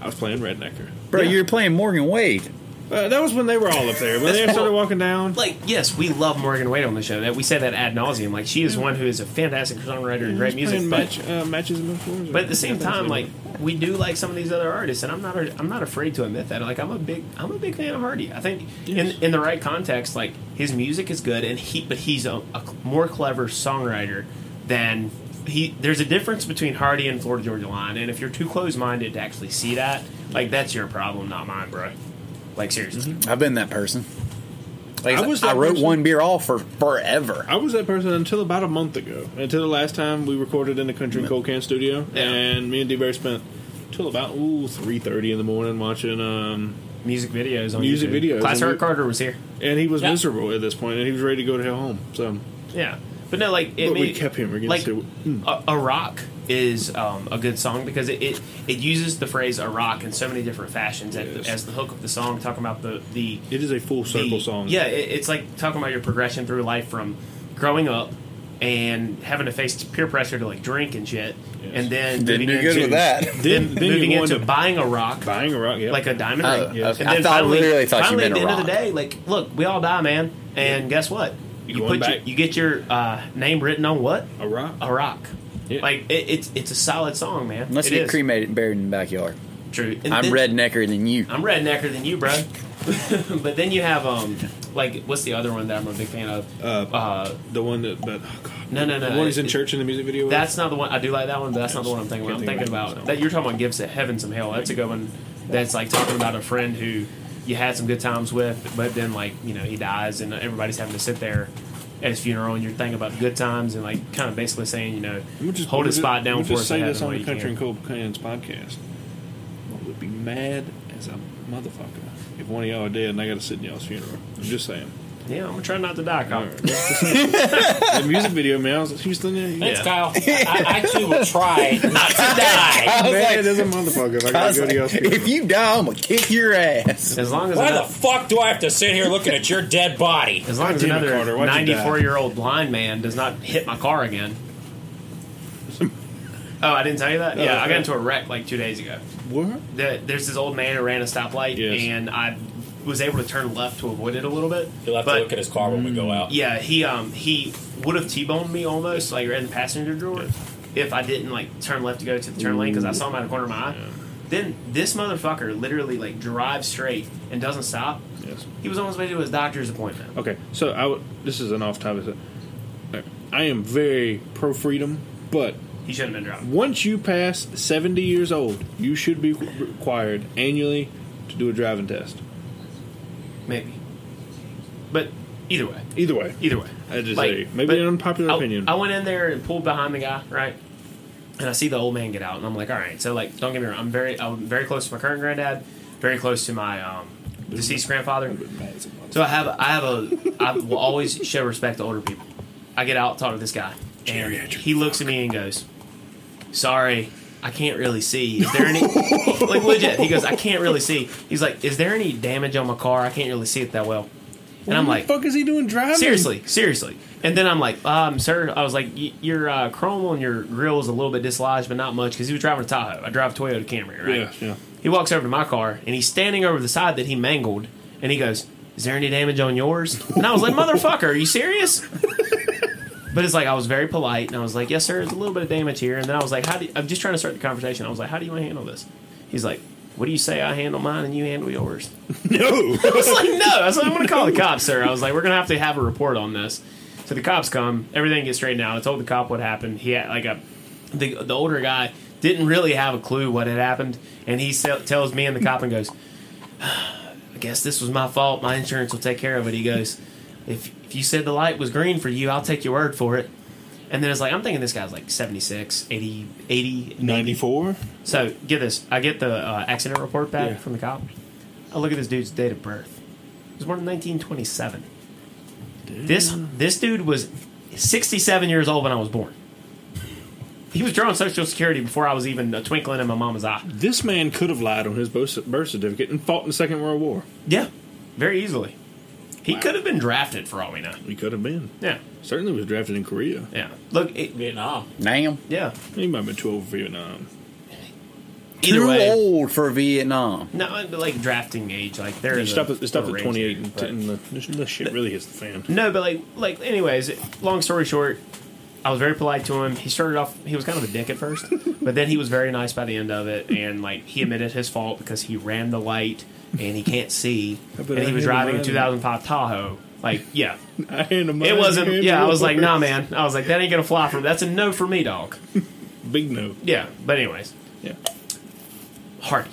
[SPEAKER 4] I was playing rednecker.
[SPEAKER 3] Bro, you're playing Morgan Wade.
[SPEAKER 4] Uh, that was when they were all up there. When they started walking down,
[SPEAKER 2] Like, yes, we love Morgan Wade on the show. That we say that ad nauseum. Like, she is one who is a fantastic songwriter and great
[SPEAKER 4] Mm. He's
[SPEAKER 2] music.
[SPEAKER 4] playing
[SPEAKER 2] but-
[SPEAKER 4] match, uh, matches and metaphors.
[SPEAKER 2] But at the same time, like we do like some of these other artists, and I'm not I'm not afraid to admit that. Like I'm a big I'm a big fan of Hardy. I think
[SPEAKER 4] Yes.
[SPEAKER 2] in in the right context, like his music is good, and he but he's a, a more clever songwriter than he. There's a difference between Hardy and Florida Georgia Line, and if you're too close minded to actually see that, like that's your problem, not mine, bro. Like seriously,
[SPEAKER 4] Mm-hmm.
[SPEAKER 3] I've been that person. Like,
[SPEAKER 4] I
[SPEAKER 3] I,
[SPEAKER 4] was that
[SPEAKER 3] wrote
[SPEAKER 4] person.
[SPEAKER 3] one beer off for forever.
[SPEAKER 4] I was that person until about a month ago. Until the last time we recorded in the Country and Cold Can studio,
[SPEAKER 2] Yeah.
[SPEAKER 4] and me and D-Bear spent till about ooh three thirty in the morning watching. um
[SPEAKER 2] music videos on
[SPEAKER 4] Music
[SPEAKER 2] YouTube.
[SPEAKER 4] videos.
[SPEAKER 2] Class
[SPEAKER 4] And we-
[SPEAKER 2] Eric Carter was here.
[SPEAKER 4] And he was
[SPEAKER 5] Yeah.
[SPEAKER 4] miserable at this point, and he was ready to go to hell home. So
[SPEAKER 2] Yeah, but no, like it
[SPEAKER 4] But we
[SPEAKER 2] made-
[SPEAKER 4] kept him against
[SPEAKER 2] Like
[SPEAKER 4] it. Hmm.
[SPEAKER 2] a, a rock is um, a good song because it, it it uses the phrase a rock in so many different fashions at the-
[SPEAKER 4] Yes.
[SPEAKER 2] as the hook of the song, talking about the the
[SPEAKER 4] it is a full circle
[SPEAKER 2] the-
[SPEAKER 4] song.
[SPEAKER 2] Yeah, it, it's like talking about your progression through life from growing up and having to face peer pressure to like drink and shit,
[SPEAKER 4] Yes.
[SPEAKER 2] and then
[SPEAKER 3] Didn't
[SPEAKER 2] moving
[SPEAKER 3] do good
[SPEAKER 2] into-
[SPEAKER 3] with that.
[SPEAKER 4] Then, then
[SPEAKER 2] moving
[SPEAKER 4] you go
[SPEAKER 2] into
[SPEAKER 4] into
[SPEAKER 2] buying a rock,
[SPEAKER 4] buying a rock, yeah.
[SPEAKER 2] like a diamond
[SPEAKER 3] Oh,
[SPEAKER 2] ring.
[SPEAKER 3] okay. I thought- literally thought you
[SPEAKER 2] finally at
[SPEAKER 3] meant
[SPEAKER 2] the
[SPEAKER 3] a
[SPEAKER 2] end of the
[SPEAKER 3] rock.
[SPEAKER 2] day, like, look, we all die, man. And guess what? You
[SPEAKER 4] going
[SPEAKER 2] put your,
[SPEAKER 4] back-
[SPEAKER 2] you get your uh, name written on what?
[SPEAKER 4] a rock.
[SPEAKER 2] A rock.
[SPEAKER 4] Yeah.
[SPEAKER 2] Like it, it's it's a solid song, man.
[SPEAKER 3] Unless
[SPEAKER 2] It
[SPEAKER 3] you get
[SPEAKER 2] is.
[SPEAKER 3] cremated and buried in the backyard.
[SPEAKER 2] True. And
[SPEAKER 3] I'm
[SPEAKER 2] then-
[SPEAKER 3] rednecker than you.
[SPEAKER 2] I'm rednecker than you, bro. but then you have um, like what's the other one that I'm a big fan of?
[SPEAKER 4] Uh,
[SPEAKER 2] Uh,
[SPEAKER 4] the one that, but oh god,
[SPEAKER 2] no, no, no.
[SPEAKER 4] the one he's in
[SPEAKER 2] It-
[SPEAKER 4] church in the music video. with?
[SPEAKER 2] That's not the one. I do like that one, but that's not the one I'm thinking about. I'm
[SPEAKER 4] Can't think
[SPEAKER 2] thinking
[SPEAKER 4] of it.
[SPEAKER 2] about that you're talking about gives it heaven some hell. That's a good one. That's like talking about a friend who you had some good times with, but then like you know he dies and everybody's having to sit there at his funeral and you're thinking about good times and like kind of basically saying you know
[SPEAKER 4] We'll just-
[SPEAKER 2] hold
[SPEAKER 4] we'll
[SPEAKER 2] his
[SPEAKER 4] just-
[SPEAKER 2] spot down
[SPEAKER 4] we'll
[SPEAKER 2] for
[SPEAKER 4] just
[SPEAKER 2] us.
[SPEAKER 4] say
[SPEAKER 2] in
[SPEAKER 4] this
[SPEAKER 2] heaven
[SPEAKER 4] on
[SPEAKER 2] while
[SPEAKER 4] the
[SPEAKER 2] you
[SPEAKER 4] Country
[SPEAKER 2] can.
[SPEAKER 4] and Cold Cans podcast. I would be mad as a motherfucker if one of y'all are dead and I got to sit in y'all's funeral. I'm just saying.
[SPEAKER 2] Yeah, I'm gonna try not to die, Kyle.
[SPEAKER 4] The music video, man. I was like, Houston, yeah, yeah.
[SPEAKER 5] Thanks, Kyle. I, I too will try not to die.
[SPEAKER 3] I was
[SPEAKER 4] Man,
[SPEAKER 3] like,
[SPEAKER 4] there's a motherfucker. if I
[SPEAKER 3] I
[SPEAKER 4] gotta
[SPEAKER 3] was
[SPEAKER 4] go to y'all's
[SPEAKER 3] like, if you die, I'm gonna kick your ass.
[SPEAKER 2] As long as
[SPEAKER 5] Why
[SPEAKER 2] I'm
[SPEAKER 5] the
[SPEAKER 2] not-
[SPEAKER 5] fuck do I have to sit here looking at your dead body?
[SPEAKER 2] As long as
[SPEAKER 4] Damn it,
[SPEAKER 2] another
[SPEAKER 4] Carter, why'd you die?
[SPEAKER 2] 94 year old blind man does not hit my car again. oh, I didn't tell you that? yeah, I got into a wreck like two days ago.
[SPEAKER 4] What?
[SPEAKER 2] The, there's this old man who ran a stoplight,
[SPEAKER 4] Yes.
[SPEAKER 2] and I was able to turn left to avoid it a little bit.
[SPEAKER 5] You'll have
[SPEAKER 2] but-
[SPEAKER 5] to look at his car when we go out.
[SPEAKER 2] Yeah, he um he would have t-boned me almost like in the passenger drawer if I didn't like turn left to go to the turn lane because I saw him out of the corner of my eye. Then this motherfucker literally like drives straight and doesn't stop.
[SPEAKER 4] Yes.
[SPEAKER 2] He was on his way to his doctor's appointment.
[SPEAKER 4] Okay, so I w- this is an off topic. uh, I am very pro freedom, but
[SPEAKER 2] He shouldn't have been driving.
[SPEAKER 4] once you pass 70 years old, you should be required annually to do a driving test.
[SPEAKER 2] Maybe. But either way,
[SPEAKER 4] Either way,
[SPEAKER 2] either way.
[SPEAKER 4] I just
[SPEAKER 2] Like,
[SPEAKER 4] say maybe
[SPEAKER 2] but
[SPEAKER 4] an unpopular
[SPEAKER 2] I-
[SPEAKER 4] opinion.
[SPEAKER 2] I went in there and pulled behind the guy, right? And I see the old man get out, and I'm like, all right. So like, don't get me wrong. I'm very, I'm very close to my current granddad, very close to my um, deceased grandfather. So I have, I have a, I will always show respect to older people. I get out, talk to this guy, and he looks at me and goes, "Sorry, I can't really see. Is there any like legit?" He goes, "I can't really see." He's like, "Is there any damage on my car? I can't really see it that well." And I'm like,
[SPEAKER 4] what the fuck is he doing driving?
[SPEAKER 2] seriously, seriously. And then I'm like, um, sir, I was like, y- your uh, chrome on your grill is a little bit dislodged, but not much, because he was driving a Tahoe. I drive a Toyota Camry, right?
[SPEAKER 4] Yeah, yeah.
[SPEAKER 2] He walks over to my car, and he's standing over the side that he mangled, and he goes, "Is there any damage on yours?" And I was like, "Motherfucker, are you serious?" But it's like I was very polite, and I was like, "Yes, sir, there's a little bit of damage here." And then I was like, "How do you, I'm just trying to start the conversation?" I was like, "How do you want to handle this?" He's like, "What do you say? I handle mine, and you handle yours." I was like, no. I was like, I'm going to call the cops, sir. I was like, we're going to have to have a report on this. So the cops come. Everything gets straightened out. I told the cop what happened. He had, like, a, the, the older guy didn't really have a clue what had happened. And he se- tells me and the cop and goes, I guess this was my fault. My insurance will take care of it. He goes, if, if you said the light was green for you, I'll take your word for it. And then it's like, I'm thinking this guy's like 76, 80, 80,
[SPEAKER 4] 94?
[SPEAKER 2] so get this. I get the uh, accident report back
[SPEAKER 4] Yeah.
[SPEAKER 2] from the cop. I look at this dude's date of birth. He was born in 1927. This this dude was 67 years old when I was born. He was drawing Social Security before I was even a twinkling in my mama's eye.
[SPEAKER 4] This man could have lied on his birth birth certificate and fought in the Second World War.
[SPEAKER 2] Yeah, very easily. He could have been drafted for all we know.
[SPEAKER 4] He could have been.
[SPEAKER 2] Yeah,
[SPEAKER 4] Certainly was drafted in Korea.
[SPEAKER 2] yeah. Look, it,
[SPEAKER 5] Vietnam.
[SPEAKER 3] Damn.
[SPEAKER 2] yeah.
[SPEAKER 4] He might have been too old for Vietnam.
[SPEAKER 2] Either
[SPEAKER 3] Too
[SPEAKER 2] way,
[SPEAKER 3] old for Vietnam.
[SPEAKER 2] no, but like drafting age, like there
[SPEAKER 4] He
[SPEAKER 2] is
[SPEAKER 4] stopped,
[SPEAKER 2] a,
[SPEAKER 4] at- stopped
[SPEAKER 2] a
[SPEAKER 4] at
[SPEAKER 2] range
[SPEAKER 4] 28
[SPEAKER 2] there,
[SPEAKER 4] and,
[SPEAKER 2] but-
[SPEAKER 4] and the, this, this shit really hits the fan.
[SPEAKER 2] No, but like, like, anyways, long story short, I was very polite to him. He started off, he was kind of a dick at first, but then he was very nice by the end of it, and like he admitted his fault because he ran the light and he can't see,
[SPEAKER 4] I bet
[SPEAKER 2] and
[SPEAKER 4] I
[SPEAKER 2] he was
[SPEAKER 4] hit him
[SPEAKER 2] driving a
[SPEAKER 4] right.
[SPEAKER 2] 2005 Tahoe. Like, yeah,
[SPEAKER 4] I hand him
[SPEAKER 2] it
[SPEAKER 4] mine,
[SPEAKER 2] wasn't.
[SPEAKER 4] you hand
[SPEAKER 2] Yeah,
[SPEAKER 4] him
[SPEAKER 2] I was like,
[SPEAKER 4] yours.
[SPEAKER 2] nah, man. I was like, that ain't gonna fly for. That's a no for me, dog.
[SPEAKER 4] Big no.
[SPEAKER 2] Yeah, but anyways,
[SPEAKER 4] Yeah.
[SPEAKER 2] Hardy.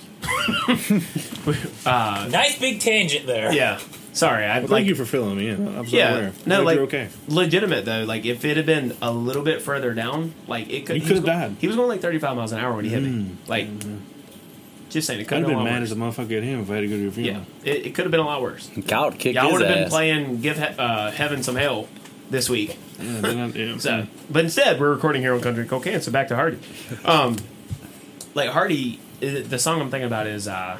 [SPEAKER 5] Nice big tangent there.
[SPEAKER 2] Yeah, sorry. I
[SPEAKER 4] Well,
[SPEAKER 2] like
[SPEAKER 4] thank you for filling me in. I was
[SPEAKER 2] Yeah,
[SPEAKER 4] aware.
[SPEAKER 2] no,
[SPEAKER 4] Glad
[SPEAKER 2] like
[SPEAKER 4] you're okay.
[SPEAKER 2] legitimate though. Like if it had been a little bit further down, like it could.
[SPEAKER 4] You
[SPEAKER 2] he
[SPEAKER 4] could
[SPEAKER 2] was
[SPEAKER 4] have
[SPEAKER 2] go-
[SPEAKER 4] died.
[SPEAKER 2] He was going like 35 miles an hour when he hit me. Like, just saying, it could
[SPEAKER 4] I'd
[SPEAKER 2] have been
[SPEAKER 4] have
[SPEAKER 2] a
[SPEAKER 4] been
[SPEAKER 2] lot
[SPEAKER 4] mad
[SPEAKER 2] worse.
[SPEAKER 4] as a motherfucker at him if I had to go to your
[SPEAKER 2] yeah,
[SPEAKER 4] funeral.
[SPEAKER 2] it, it could have been a lot worse.
[SPEAKER 3] Kyle kicked
[SPEAKER 2] Y'all
[SPEAKER 3] his
[SPEAKER 2] would have been
[SPEAKER 3] ass.
[SPEAKER 2] playing "Give he- uh, Heaven Some Hell" this week.
[SPEAKER 4] Yeah. then I- yeah.
[SPEAKER 2] So, but instead, we're recording here on Country and Cocaine. So back to Hardy. Um, like Hardy, i- the song I'm thinking about is uh,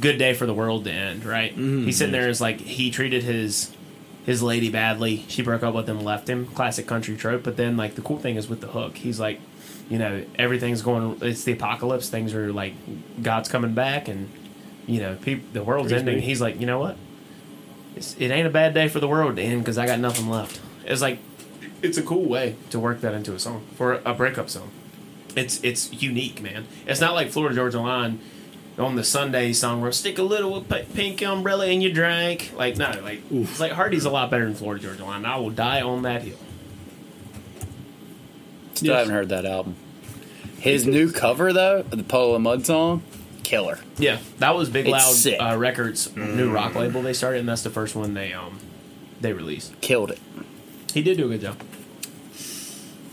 [SPEAKER 2] "Good Day for the World to End." Right?
[SPEAKER 4] Mm,
[SPEAKER 2] He's sitting there. Is like he treated his his lady badly. She broke up with him, left him. Classic country trope. But then, like the cool thing is with the hook. He's like, you know, everything's going. It's the apocalypse. Things are like God's coming back, and you know, peop the world's
[SPEAKER 4] Praise
[SPEAKER 2] ending.
[SPEAKER 4] be.
[SPEAKER 2] He's like, you know what? It's, it ain't a bad day for the world to end because I got nothing left. It's like it's a cool way to work that into a song for a breakup song. It's it's unique, man. It's not like Florida Georgia Line on the Sunday song where stick a little pi- pink umbrella in your drink. Like no, like it's like Hardy's a lot better than Florida Georgia Line. I will die on that hill.
[SPEAKER 3] Still haven't heard that album. His new cover though, of the Polo Mud song, killer.
[SPEAKER 2] Yeah, that was Big
[SPEAKER 3] It's
[SPEAKER 2] Loud
[SPEAKER 3] sick.
[SPEAKER 2] Uh, Records' new rock
[SPEAKER 4] Mm.
[SPEAKER 2] label they started, and that's the first one they um they released.
[SPEAKER 3] Killed it.
[SPEAKER 2] He did do a good job.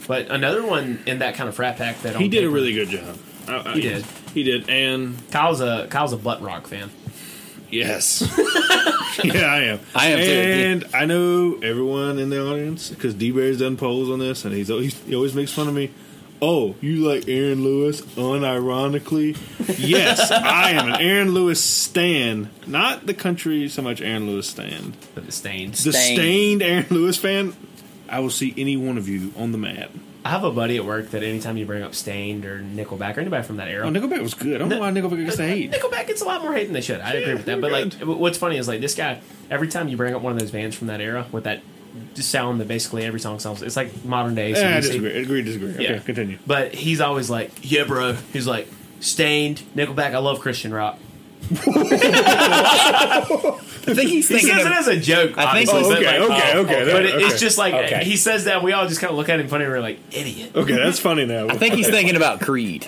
[SPEAKER 2] But another one in that kind of frat pack that
[SPEAKER 4] He
[SPEAKER 2] on
[SPEAKER 4] did a
[SPEAKER 2] paper-
[SPEAKER 4] really good job. I, I,
[SPEAKER 2] He did.
[SPEAKER 4] He did. And
[SPEAKER 2] Kyle's a Kyle's a butt rock fan.
[SPEAKER 4] yes. yeah, I am.
[SPEAKER 3] I am too.
[SPEAKER 4] and too. And I know everyone in the audience because D Bear's done polls on this, and he's always, he always makes fun of me. Oh, you like Aaron Lewis? Unironically, yes, I am an Aaron Lewis stan. Not the country so much Aaron Lewis stan.
[SPEAKER 2] The stains.
[SPEAKER 4] The
[SPEAKER 3] Stan.
[SPEAKER 4] stained Aaron Lewis fan. I will see any one of you on the mat.
[SPEAKER 2] I have a buddy at work that anytime you bring up Stained or Nickelback or anybody from that era,
[SPEAKER 4] Oh, Nickelback was good. I don't know why Nickelback gets the hate.
[SPEAKER 2] Nickelback gets a lot more hate than they should. I agree with that. But like, w- what's funny is like this guy. Every time you bring up one of those bands from that era with that sound that basically every song sounds, it's like modern day.
[SPEAKER 4] Eh, I
[SPEAKER 2] AC/DC.
[SPEAKER 4] disagree. Agree, disagree.
[SPEAKER 2] Yeah.
[SPEAKER 4] Okay, continue.
[SPEAKER 2] But he's always like, yeah, bro. He's like, Stained, Nickelback. I love Christian rock.
[SPEAKER 3] I think he's
[SPEAKER 2] He
[SPEAKER 3] thinking.
[SPEAKER 2] says
[SPEAKER 3] of-
[SPEAKER 2] it as a joke.
[SPEAKER 3] I think
[SPEAKER 2] obviously,
[SPEAKER 3] so.
[SPEAKER 2] but,
[SPEAKER 4] Okay,
[SPEAKER 2] like,
[SPEAKER 4] okay,
[SPEAKER 5] oh,
[SPEAKER 4] okay.
[SPEAKER 5] okay.
[SPEAKER 2] But it,
[SPEAKER 4] that-
[SPEAKER 2] it's just like
[SPEAKER 5] Okay.
[SPEAKER 2] he says that. We all just kind of look at him funny. and We're like, idiot.
[SPEAKER 4] okay. That's funny now.
[SPEAKER 3] I think he's thinking about Creed.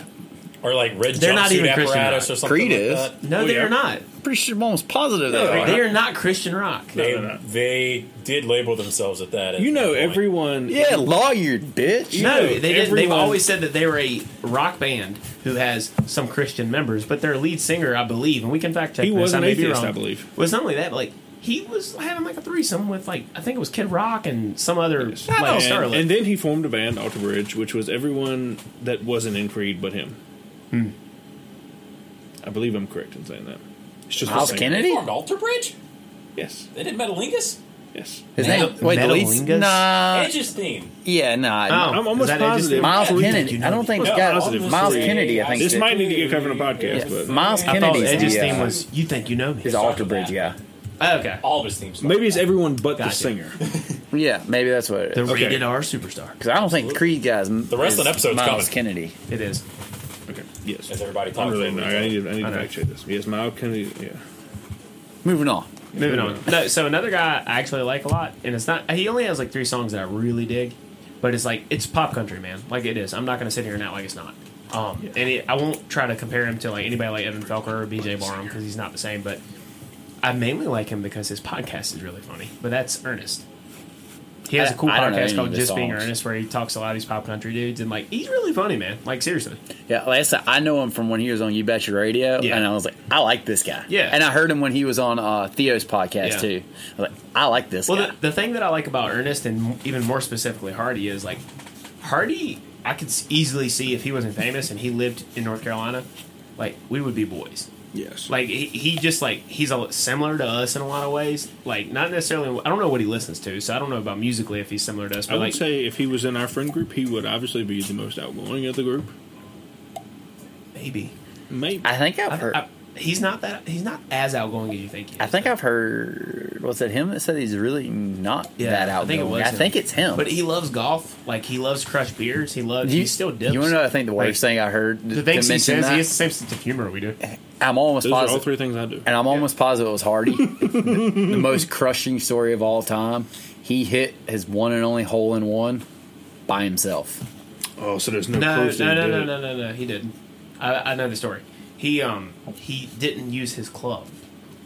[SPEAKER 5] or like red
[SPEAKER 2] They're not
[SPEAKER 5] jumpsuit
[SPEAKER 2] even Christian
[SPEAKER 5] apparatus
[SPEAKER 2] rock.
[SPEAKER 5] or something.
[SPEAKER 3] Creed
[SPEAKER 5] like
[SPEAKER 3] is.
[SPEAKER 5] that.
[SPEAKER 2] No,
[SPEAKER 4] Oh,
[SPEAKER 2] they
[SPEAKER 4] yeah.
[SPEAKER 2] are not.
[SPEAKER 3] Pretty sure I'm almost positive they
[SPEAKER 5] No,
[SPEAKER 3] are.
[SPEAKER 2] They are not Christian rock.
[SPEAKER 5] They,
[SPEAKER 4] no, no.
[SPEAKER 5] they did label themselves at that. at
[SPEAKER 4] you know
[SPEAKER 5] one point.
[SPEAKER 4] everyone.
[SPEAKER 3] Yeah, lawyered bitch.
[SPEAKER 2] No,
[SPEAKER 4] know,
[SPEAKER 2] they didn't. They've
[SPEAKER 4] everyone-
[SPEAKER 2] always said that they were a rock band who has some Christian members, but their lead singer, I believe, and we can fact check.
[SPEAKER 4] He
[SPEAKER 2] this,
[SPEAKER 4] was
[SPEAKER 2] I
[SPEAKER 4] an
[SPEAKER 2] may be
[SPEAKER 4] atheist,
[SPEAKER 2] wrong,
[SPEAKER 4] I believe.
[SPEAKER 2] Was not only that, like he was having like a threesome with like I think it was Kid Rock and some other like
[SPEAKER 4] And-
[SPEAKER 2] starlet.
[SPEAKER 4] and, then he formed a band, Alter Bridge, which was everyone that wasn't in Creed but him.
[SPEAKER 2] Hmm.
[SPEAKER 4] I believe I'm correct in saying that. It's just
[SPEAKER 3] Miles
[SPEAKER 4] the same.
[SPEAKER 5] They
[SPEAKER 3] Kennedy?
[SPEAKER 5] formed Alter Bridge.
[SPEAKER 4] Yes,
[SPEAKER 5] They did Metalingus.
[SPEAKER 4] yes.
[SPEAKER 3] His
[SPEAKER 2] Metal-
[SPEAKER 3] name? uh, Wait, the least?
[SPEAKER 2] Metalingus?
[SPEAKER 3] Nah.
[SPEAKER 5] Edge's theme.
[SPEAKER 3] Yeah, nah.
[SPEAKER 2] Oh,
[SPEAKER 4] I'm almost
[SPEAKER 2] is that it? Just-
[SPEAKER 4] positive.
[SPEAKER 3] Miles
[SPEAKER 5] Yeah.
[SPEAKER 3] Kennedy. I don't think it's
[SPEAKER 5] No,
[SPEAKER 3] got
[SPEAKER 5] positive.
[SPEAKER 3] Miles
[SPEAKER 5] Three.
[SPEAKER 3] Kennedy. I think
[SPEAKER 4] This
[SPEAKER 3] it's-
[SPEAKER 4] might need to get covered in a podcast, but
[SPEAKER 3] Miles
[SPEAKER 5] I
[SPEAKER 2] I thought
[SPEAKER 3] Kennedy's
[SPEAKER 2] Edge's
[SPEAKER 3] the, uh,
[SPEAKER 2] theme was "You Think You Know Me."
[SPEAKER 3] is Alter Bridge. Yeah,
[SPEAKER 2] Oh, okay,
[SPEAKER 5] All of his themes.
[SPEAKER 4] maybe it's everyone but the
[SPEAKER 2] Gotcha.
[SPEAKER 4] singer.
[SPEAKER 3] yeah, maybe that's what it
[SPEAKER 2] the
[SPEAKER 3] is.
[SPEAKER 4] Okay.
[SPEAKER 2] rated R superstar.
[SPEAKER 3] Because I don't think the Creed guys. The
[SPEAKER 5] rest of the episode's
[SPEAKER 3] Miles
[SPEAKER 5] coming.
[SPEAKER 3] Kennedy.
[SPEAKER 2] It is.
[SPEAKER 4] Okay. Yes.
[SPEAKER 5] As everybody talks
[SPEAKER 4] Unrelated.
[SPEAKER 5] over
[SPEAKER 4] I
[SPEAKER 5] each
[SPEAKER 4] need to, I need
[SPEAKER 2] I
[SPEAKER 4] to
[SPEAKER 2] know.
[SPEAKER 4] fact check this. Yes, Miles Kennedy. Yeah.
[SPEAKER 3] Moving on.
[SPEAKER 2] Moving on. No, so another guy I actually like a lot, and it's not. He only has like three songs that I really dig, but it's like it's pop country, man. Like it is. I'm not gonna sit here and act like it's not. Um, and it, I won't try to compare him to like anybody like Evan Felker or BJ Barham because he's not the same. But I mainly like him because his podcast is really funny. But that's Ernest. He has
[SPEAKER 3] I-
[SPEAKER 2] a cool
[SPEAKER 3] I don't know any
[SPEAKER 2] podcast
[SPEAKER 3] of
[SPEAKER 2] called
[SPEAKER 3] his
[SPEAKER 2] Just Being
[SPEAKER 3] songs.
[SPEAKER 2] Ernest where he talks to a lot of these pop country dudes, and like he's really funny, man. Like seriously.
[SPEAKER 3] Yeah, last time I know him from when he was on You Bet Your Radio,
[SPEAKER 2] Yeah.
[SPEAKER 3] and I was like, I like this guy.
[SPEAKER 2] Yeah.
[SPEAKER 3] and I heard him when he was on uh, Theo's podcast
[SPEAKER 2] Yeah.
[SPEAKER 3] too. I was like, I like this
[SPEAKER 2] Well,
[SPEAKER 3] guy.
[SPEAKER 2] the, the thing that I like about Ernest, and m- even more specifically Hardy, is like Hardy. I could s- easily see if he wasn't famous and he lived in North Carolina, like we would be boys.
[SPEAKER 4] Yes.
[SPEAKER 2] Like he, he just like he's a, similar to us in a lot of ways. Like not necessarily. I don't know what he listens to, so I don't know about musically if he's similar to us.
[SPEAKER 4] I
[SPEAKER 2] But
[SPEAKER 4] would
[SPEAKER 2] like,
[SPEAKER 4] say if he was in our friend group, he would obviously be the most outgoing of the group.
[SPEAKER 2] maybe
[SPEAKER 4] Maybe.
[SPEAKER 3] I think I've
[SPEAKER 2] I,
[SPEAKER 3] heard.
[SPEAKER 2] I, he's not that. He's not as outgoing as you think. He is.
[SPEAKER 3] I think I've heard. Was it him that said he's really not that
[SPEAKER 2] I think
[SPEAKER 3] outgoing?
[SPEAKER 2] it
[SPEAKER 3] I think,
[SPEAKER 2] was him.
[SPEAKER 3] it's him.
[SPEAKER 2] But he loves golf. Like he loves crushed beers. He loves.
[SPEAKER 3] you,
[SPEAKER 2] he still dips.
[SPEAKER 3] You want to know? I think the worst thing I heard.
[SPEAKER 2] The
[SPEAKER 3] to
[SPEAKER 2] things he
[SPEAKER 3] mention
[SPEAKER 2] says,
[SPEAKER 3] that,
[SPEAKER 2] he has the same sense of humor we do.
[SPEAKER 3] I'm almost
[SPEAKER 4] Those are all
[SPEAKER 3] positive,
[SPEAKER 4] three things I do.
[SPEAKER 3] and I'm almost positive it was Hardy. the, the most crushing story of all time. He hit his one and only hole in one by himself.
[SPEAKER 4] Oh, so there's no
[SPEAKER 2] No,
[SPEAKER 4] close
[SPEAKER 2] no, no, no, no, no, no. He didn't. I, I know the story. He um he didn't use his club.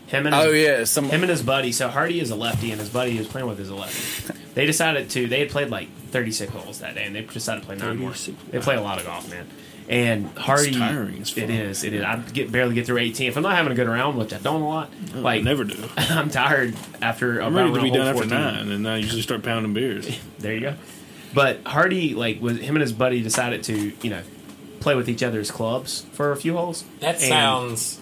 [SPEAKER 2] Him and his,
[SPEAKER 3] Oh yeah, some
[SPEAKER 2] him and his buddy. So Hardy is a lefty, and his buddy he was playing with is a lefty. They decided to. They had played like thirty six holes that day, and they decided to play nine more.
[SPEAKER 4] 36
[SPEAKER 2] They play a lot of golf, man. And Hardy,
[SPEAKER 4] tiring as fuck.
[SPEAKER 2] it is. It is. I get barely get through eighteen. If I'm not having a good round, which I don't a lot,
[SPEAKER 4] I
[SPEAKER 2] like
[SPEAKER 4] never do.
[SPEAKER 2] I'm tired after.
[SPEAKER 4] I'm ready to be done after nine, and I usually start pounding beers.
[SPEAKER 2] There you go. But Hardy, like, was him and his buddy decided to, you know, play with each other's clubs for a few holes.
[SPEAKER 5] That
[SPEAKER 2] And-
[SPEAKER 5] sounds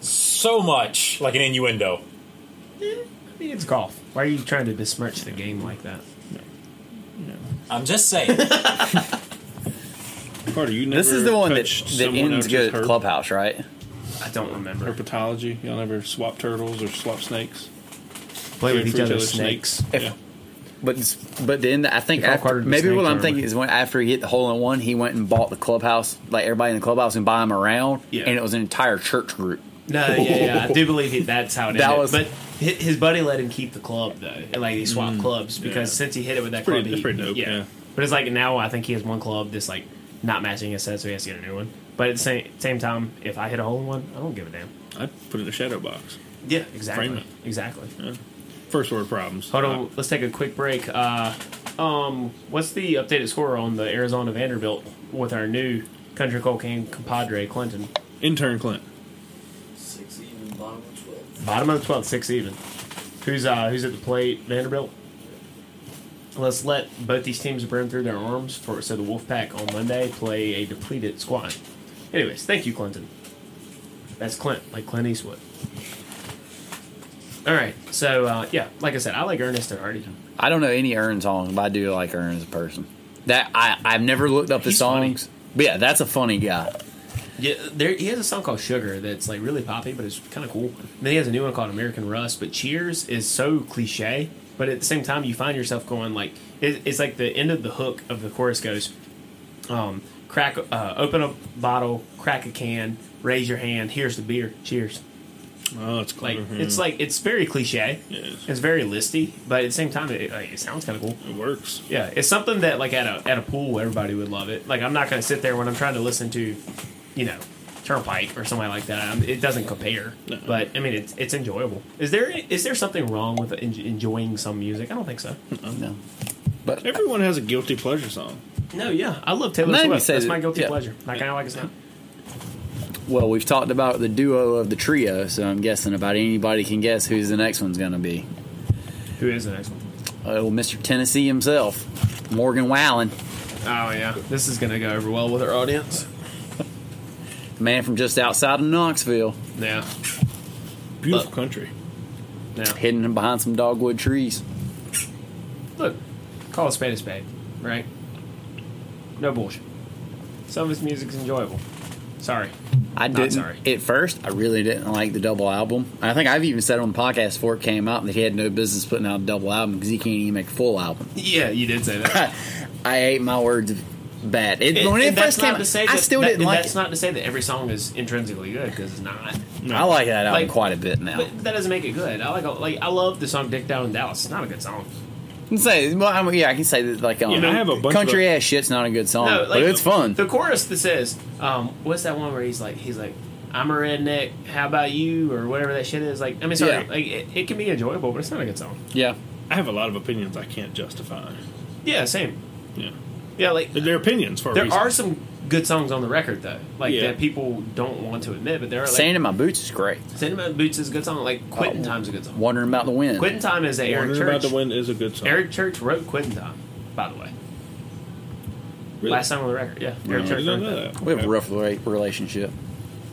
[SPEAKER 5] so much like an innuendo.
[SPEAKER 2] I mean, it's golf. Why are you trying to besmirch the game like that?
[SPEAKER 5] I'm just saying.
[SPEAKER 4] Carter, you never
[SPEAKER 3] This is the one that,
[SPEAKER 4] touched
[SPEAKER 3] that
[SPEAKER 4] someone
[SPEAKER 3] ends
[SPEAKER 4] else's
[SPEAKER 3] good at
[SPEAKER 4] herp-
[SPEAKER 3] Clubhouse, right?
[SPEAKER 2] I don't remember.
[SPEAKER 4] herpetology. Y'all never swap turtles or swap snakes.
[SPEAKER 2] Play with each other's snakes.
[SPEAKER 3] If-
[SPEAKER 4] Yeah.
[SPEAKER 3] But s- but then I think
[SPEAKER 2] If all
[SPEAKER 3] after,
[SPEAKER 2] quartered
[SPEAKER 3] maybe what
[SPEAKER 2] snakes
[SPEAKER 3] I'm
[SPEAKER 2] are-
[SPEAKER 3] thinking is when after he hit the hole in one, he went and bought the clubhouse, like everybody in the clubhouse, and buy him around,
[SPEAKER 2] Yeah.
[SPEAKER 3] and it was an entire church group.
[SPEAKER 2] No, yeah, yeah. I do believe he, that's how it
[SPEAKER 3] That
[SPEAKER 2] ended.
[SPEAKER 3] was-
[SPEAKER 2] but hi- his buddy let him keep the club, though. And, Like, he swapped clubs because
[SPEAKER 4] Mm, yeah.
[SPEAKER 2] since he hit it with that
[SPEAKER 4] pretty-
[SPEAKER 2] club,
[SPEAKER 4] that's
[SPEAKER 2] he,
[SPEAKER 4] pretty dope, yeah.
[SPEAKER 2] But it's like now I think he has one club that's, like, not matching his set, so he has to get a new one. But at the same, same time, if I hit a hole in one, I don't give a damn.
[SPEAKER 4] I put it in a shadow box.
[SPEAKER 2] Yeah, exactly.
[SPEAKER 4] Frame it.
[SPEAKER 2] Exactly.
[SPEAKER 4] First word problems.
[SPEAKER 2] Hold on, let's take a quick break. Uh, um, what's the updated score on the Arizona Vanderbilt with our new Country Cold King compadre Clinton?
[SPEAKER 4] Intern Clint.
[SPEAKER 8] Six even bottom of twelve.
[SPEAKER 2] Bottom of the twelfth, six even. Who's uh, who's at the plate? Vanderbilt. Let's let both these teams burn through their arms for so the Wolfpack on Monday play a depleted squad. Anyways, thank you, Clinton. That's Clint, like Clint Eastwood. All right, so uh, yeah, like I said, I like Ernest and Artie.
[SPEAKER 3] I don't know any Earn songs, but I do like Earn as a person. That I I've never looked up his
[SPEAKER 2] He's funny.
[SPEAKER 3] songs. But yeah, that's a funny guy.
[SPEAKER 2] Yeah, there he has a song called Sugar that's like really poppy, but it's kind of cool. And then he has a new one called American Rust. But Cheers is so cliche, but at the same time, you find yourself going like it, it's like the end of the hook of the chorus goes, um, crack, uh, open a bottle, crack a can, raise your hand, here's the beer, cheers.
[SPEAKER 4] Oh, it's
[SPEAKER 2] Like
[SPEAKER 4] clever.
[SPEAKER 2] it's like it's very cliche,
[SPEAKER 4] Yes.
[SPEAKER 2] it's very listy, but at the same time, it, like, it sounds kind of cool.
[SPEAKER 4] it works.
[SPEAKER 2] Yeah, it's something that like at a at a pool everybody would love it. Like I'm not gonna sit there when I'm trying to listen to, you know, Turnpike or somebody like that. I'm, it doesn't compare.
[SPEAKER 4] No.
[SPEAKER 2] But I mean, it's it's enjoyable. Is there is there something wrong with en- enjoying some music? I don't think so.
[SPEAKER 3] No. But
[SPEAKER 4] Everyone has a guilty pleasure song.
[SPEAKER 2] No, yeah, I love Taylor
[SPEAKER 3] Not even
[SPEAKER 2] Swift.
[SPEAKER 3] say
[SPEAKER 2] That's
[SPEAKER 3] that-
[SPEAKER 2] my guilty
[SPEAKER 3] yeah.
[SPEAKER 2] pleasure. I kind of like it's not.
[SPEAKER 3] well, we've talked about the duo of the trio, so I'm guessing about anybody can guess who's the next one's going to be.
[SPEAKER 2] Who is the next one?
[SPEAKER 3] Oh, Mr. Tennessee himself, Morgan Wallen,
[SPEAKER 2] Oh yeah, this is gonna go over well with our audience.
[SPEAKER 3] the man from just outside of Knoxville,
[SPEAKER 2] Yeah,
[SPEAKER 4] Beautiful country.
[SPEAKER 2] yeah.
[SPEAKER 3] hidden behind some dogwood trees.
[SPEAKER 2] look, call a spade a spade, right? No bullshit. Some of his music's enjoyable. Sorry.
[SPEAKER 3] I didn't
[SPEAKER 2] sorry.
[SPEAKER 3] at first. I really didn't like the double album. I think I've even said on the podcast before it came out that he had no business putting out a double album because he can't even make a full album.
[SPEAKER 2] Yeah, you did say that.
[SPEAKER 3] I ate my words bad. It,
[SPEAKER 2] And-
[SPEAKER 3] when
[SPEAKER 2] and
[SPEAKER 3] it
[SPEAKER 2] that's
[SPEAKER 3] first came,
[SPEAKER 2] not to say
[SPEAKER 3] out, I
[SPEAKER 2] that-
[SPEAKER 3] still
[SPEAKER 2] that-
[SPEAKER 3] didn't
[SPEAKER 2] and
[SPEAKER 3] like
[SPEAKER 2] That's
[SPEAKER 3] it.
[SPEAKER 2] not to say that every song is intrinsically good because it's not.
[SPEAKER 3] I like that album
[SPEAKER 2] Like-
[SPEAKER 3] quite a bit now.
[SPEAKER 2] But that doesn't make it good. I like like I love the song "Dick Down in Dallas." It's not a good song.
[SPEAKER 3] I can say, well, I mean, yeah, I can say that like um,
[SPEAKER 4] You know, I have a bunch
[SPEAKER 3] country
[SPEAKER 4] of-
[SPEAKER 3] ass shit's not a good
[SPEAKER 4] Oh,
[SPEAKER 3] song,
[SPEAKER 2] No,
[SPEAKER 3] but
[SPEAKER 2] like,
[SPEAKER 3] it's fun.
[SPEAKER 2] The chorus that says, um, "What's that one where he's like he's like." I'm a redneck. How about you, or whatever that shit is? Like, I mean, sorry,
[SPEAKER 3] Yeah.
[SPEAKER 2] like it, it can be enjoyable, but it's not a good song.
[SPEAKER 3] yeah,
[SPEAKER 4] I have a lot of opinions I can't justify.
[SPEAKER 2] Yeah, same.
[SPEAKER 4] Yeah,
[SPEAKER 2] Yeah, like
[SPEAKER 4] they're opinions for a
[SPEAKER 2] there
[SPEAKER 4] reason.
[SPEAKER 2] are some good songs on the record though, like
[SPEAKER 4] Yeah.
[SPEAKER 2] that people don't want to admit, but there are. Like,
[SPEAKER 3] "Sand in My Boots" is great.
[SPEAKER 2] Cinnamon Boots is a good song. Like
[SPEAKER 4] Oh,
[SPEAKER 2] Quitting Time's a good song.
[SPEAKER 3] Wondering about the wind.
[SPEAKER 2] Quitting Time is a Eric
[SPEAKER 4] Wondering
[SPEAKER 2] Church.
[SPEAKER 4] about the wind is a good song.
[SPEAKER 2] Eric Church wrote Quitting Time, by the way.
[SPEAKER 4] Really?
[SPEAKER 2] Last song on the record, yeah. Eric
[SPEAKER 4] I
[SPEAKER 2] Church
[SPEAKER 4] didn't
[SPEAKER 2] wrote
[SPEAKER 4] know
[SPEAKER 2] that.
[SPEAKER 4] that.
[SPEAKER 3] We have a
[SPEAKER 4] Okay.
[SPEAKER 3] rough re- relationship.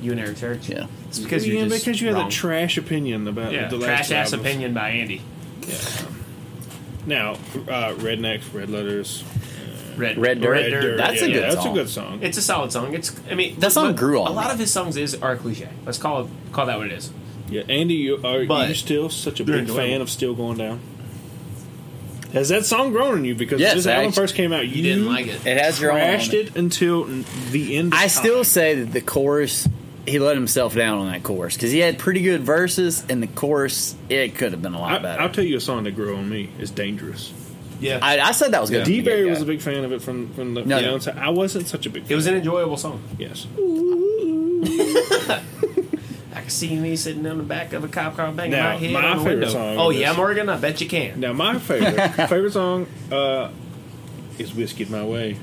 [SPEAKER 2] You and Eric Church.
[SPEAKER 3] Yeah.
[SPEAKER 2] It's because
[SPEAKER 4] yeah,
[SPEAKER 2] you're just
[SPEAKER 4] because you had
[SPEAKER 2] wrong.
[SPEAKER 4] that trash opinion about
[SPEAKER 2] yeah,
[SPEAKER 4] the last
[SPEAKER 2] trash ass
[SPEAKER 4] albums.
[SPEAKER 2] opinion by Andy.
[SPEAKER 4] Now, uh, rednecks, red letters,
[SPEAKER 2] Red,
[SPEAKER 3] Red Dirt.
[SPEAKER 4] red dirt.
[SPEAKER 3] That's
[SPEAKER 4] yeah,
[SPEAKER 3] a good
[SPEAKER 4] that's
[SPEAKER 3] song.
[SPEAKER 4] a good song.
[SPEAKER 2] It's a solid song. It's I mean
[SPEAKER 3] That song
[SPEAKER 2] but
[SPEAKER 3] grew on
[SPEAKER 2] A lot
[SPEAKER 3] me.
[SPEAKER 2] of his songs is are cliche. Let's call it call that what it is.
[SPEAKER 4] yeah, Andy, you, are
[SPEAKER 2] But-
[SPEAKER 4] you still such a
[SPEAKER 2] They're
[SPEAKER 4] big fan
[SPEAKER 2] enjoyable.
[SPEAKER 4] of "Still Going Down"? Has that song grown on you? Because
[SPEAKER 3] Yes,
[SPEAKER 4] when this
[SPEAKER 3] I
[SPEAKER 4] album
[SPEAKER 3] actually-
[SPEAKER 4] first came out, you,
[SPEAKER 2] You didn't like it.
[SPEAKER 3] It has your own.
[SPEAKER 4] crashed it until n- the end. Of
[SPEAKER 3] I still
[SPEAKER 4] time.
[SPEAKER 3] say that the chorus, he let himself down on that chorus because he had pretty good verses, and the chorus, it could have been a
[SPEAKER 4] I,
[SPEAKER 3] lot better.
[SPEAKER 4] I'll tell you a song that grew on me. It's dangerous.
[SPEAKER 2] Yeah.
[SPEAKER 3] I, I said that was good.
[SPEAKER 4] D Barry
[SPEAKER 3] Yeah.
[SPEAKER 4] was a big fan of it from from the,
[SPEAKER 3] No,
[SPEAKER 4] the
[SPEAKER 3] no.
[SPEAKER 4] onset. I wasn't such a big. fan.
[SPEAKER 2] it was an enjoyable song.
[SPEAKER 4] yes.
[SPEAKER 2] I can see me sitting on the back of a cop car banging
[SPEAKER 4] Now,
[SPEAKER 2] my head
[SPEAKER 4] my
[SPEAKER 2] on the
[SPEAKER 4] favorite
[SPEAKER 2] window.
[SPEAKER 4] song
[SPEAKER 2] oh
[SPEAKER 4] is-
[SPEAKER 2] yeah, Morgan, I bet you can.
[SPEAKER 4] Now my favorite favorite song uh, is "Whiskey My Way."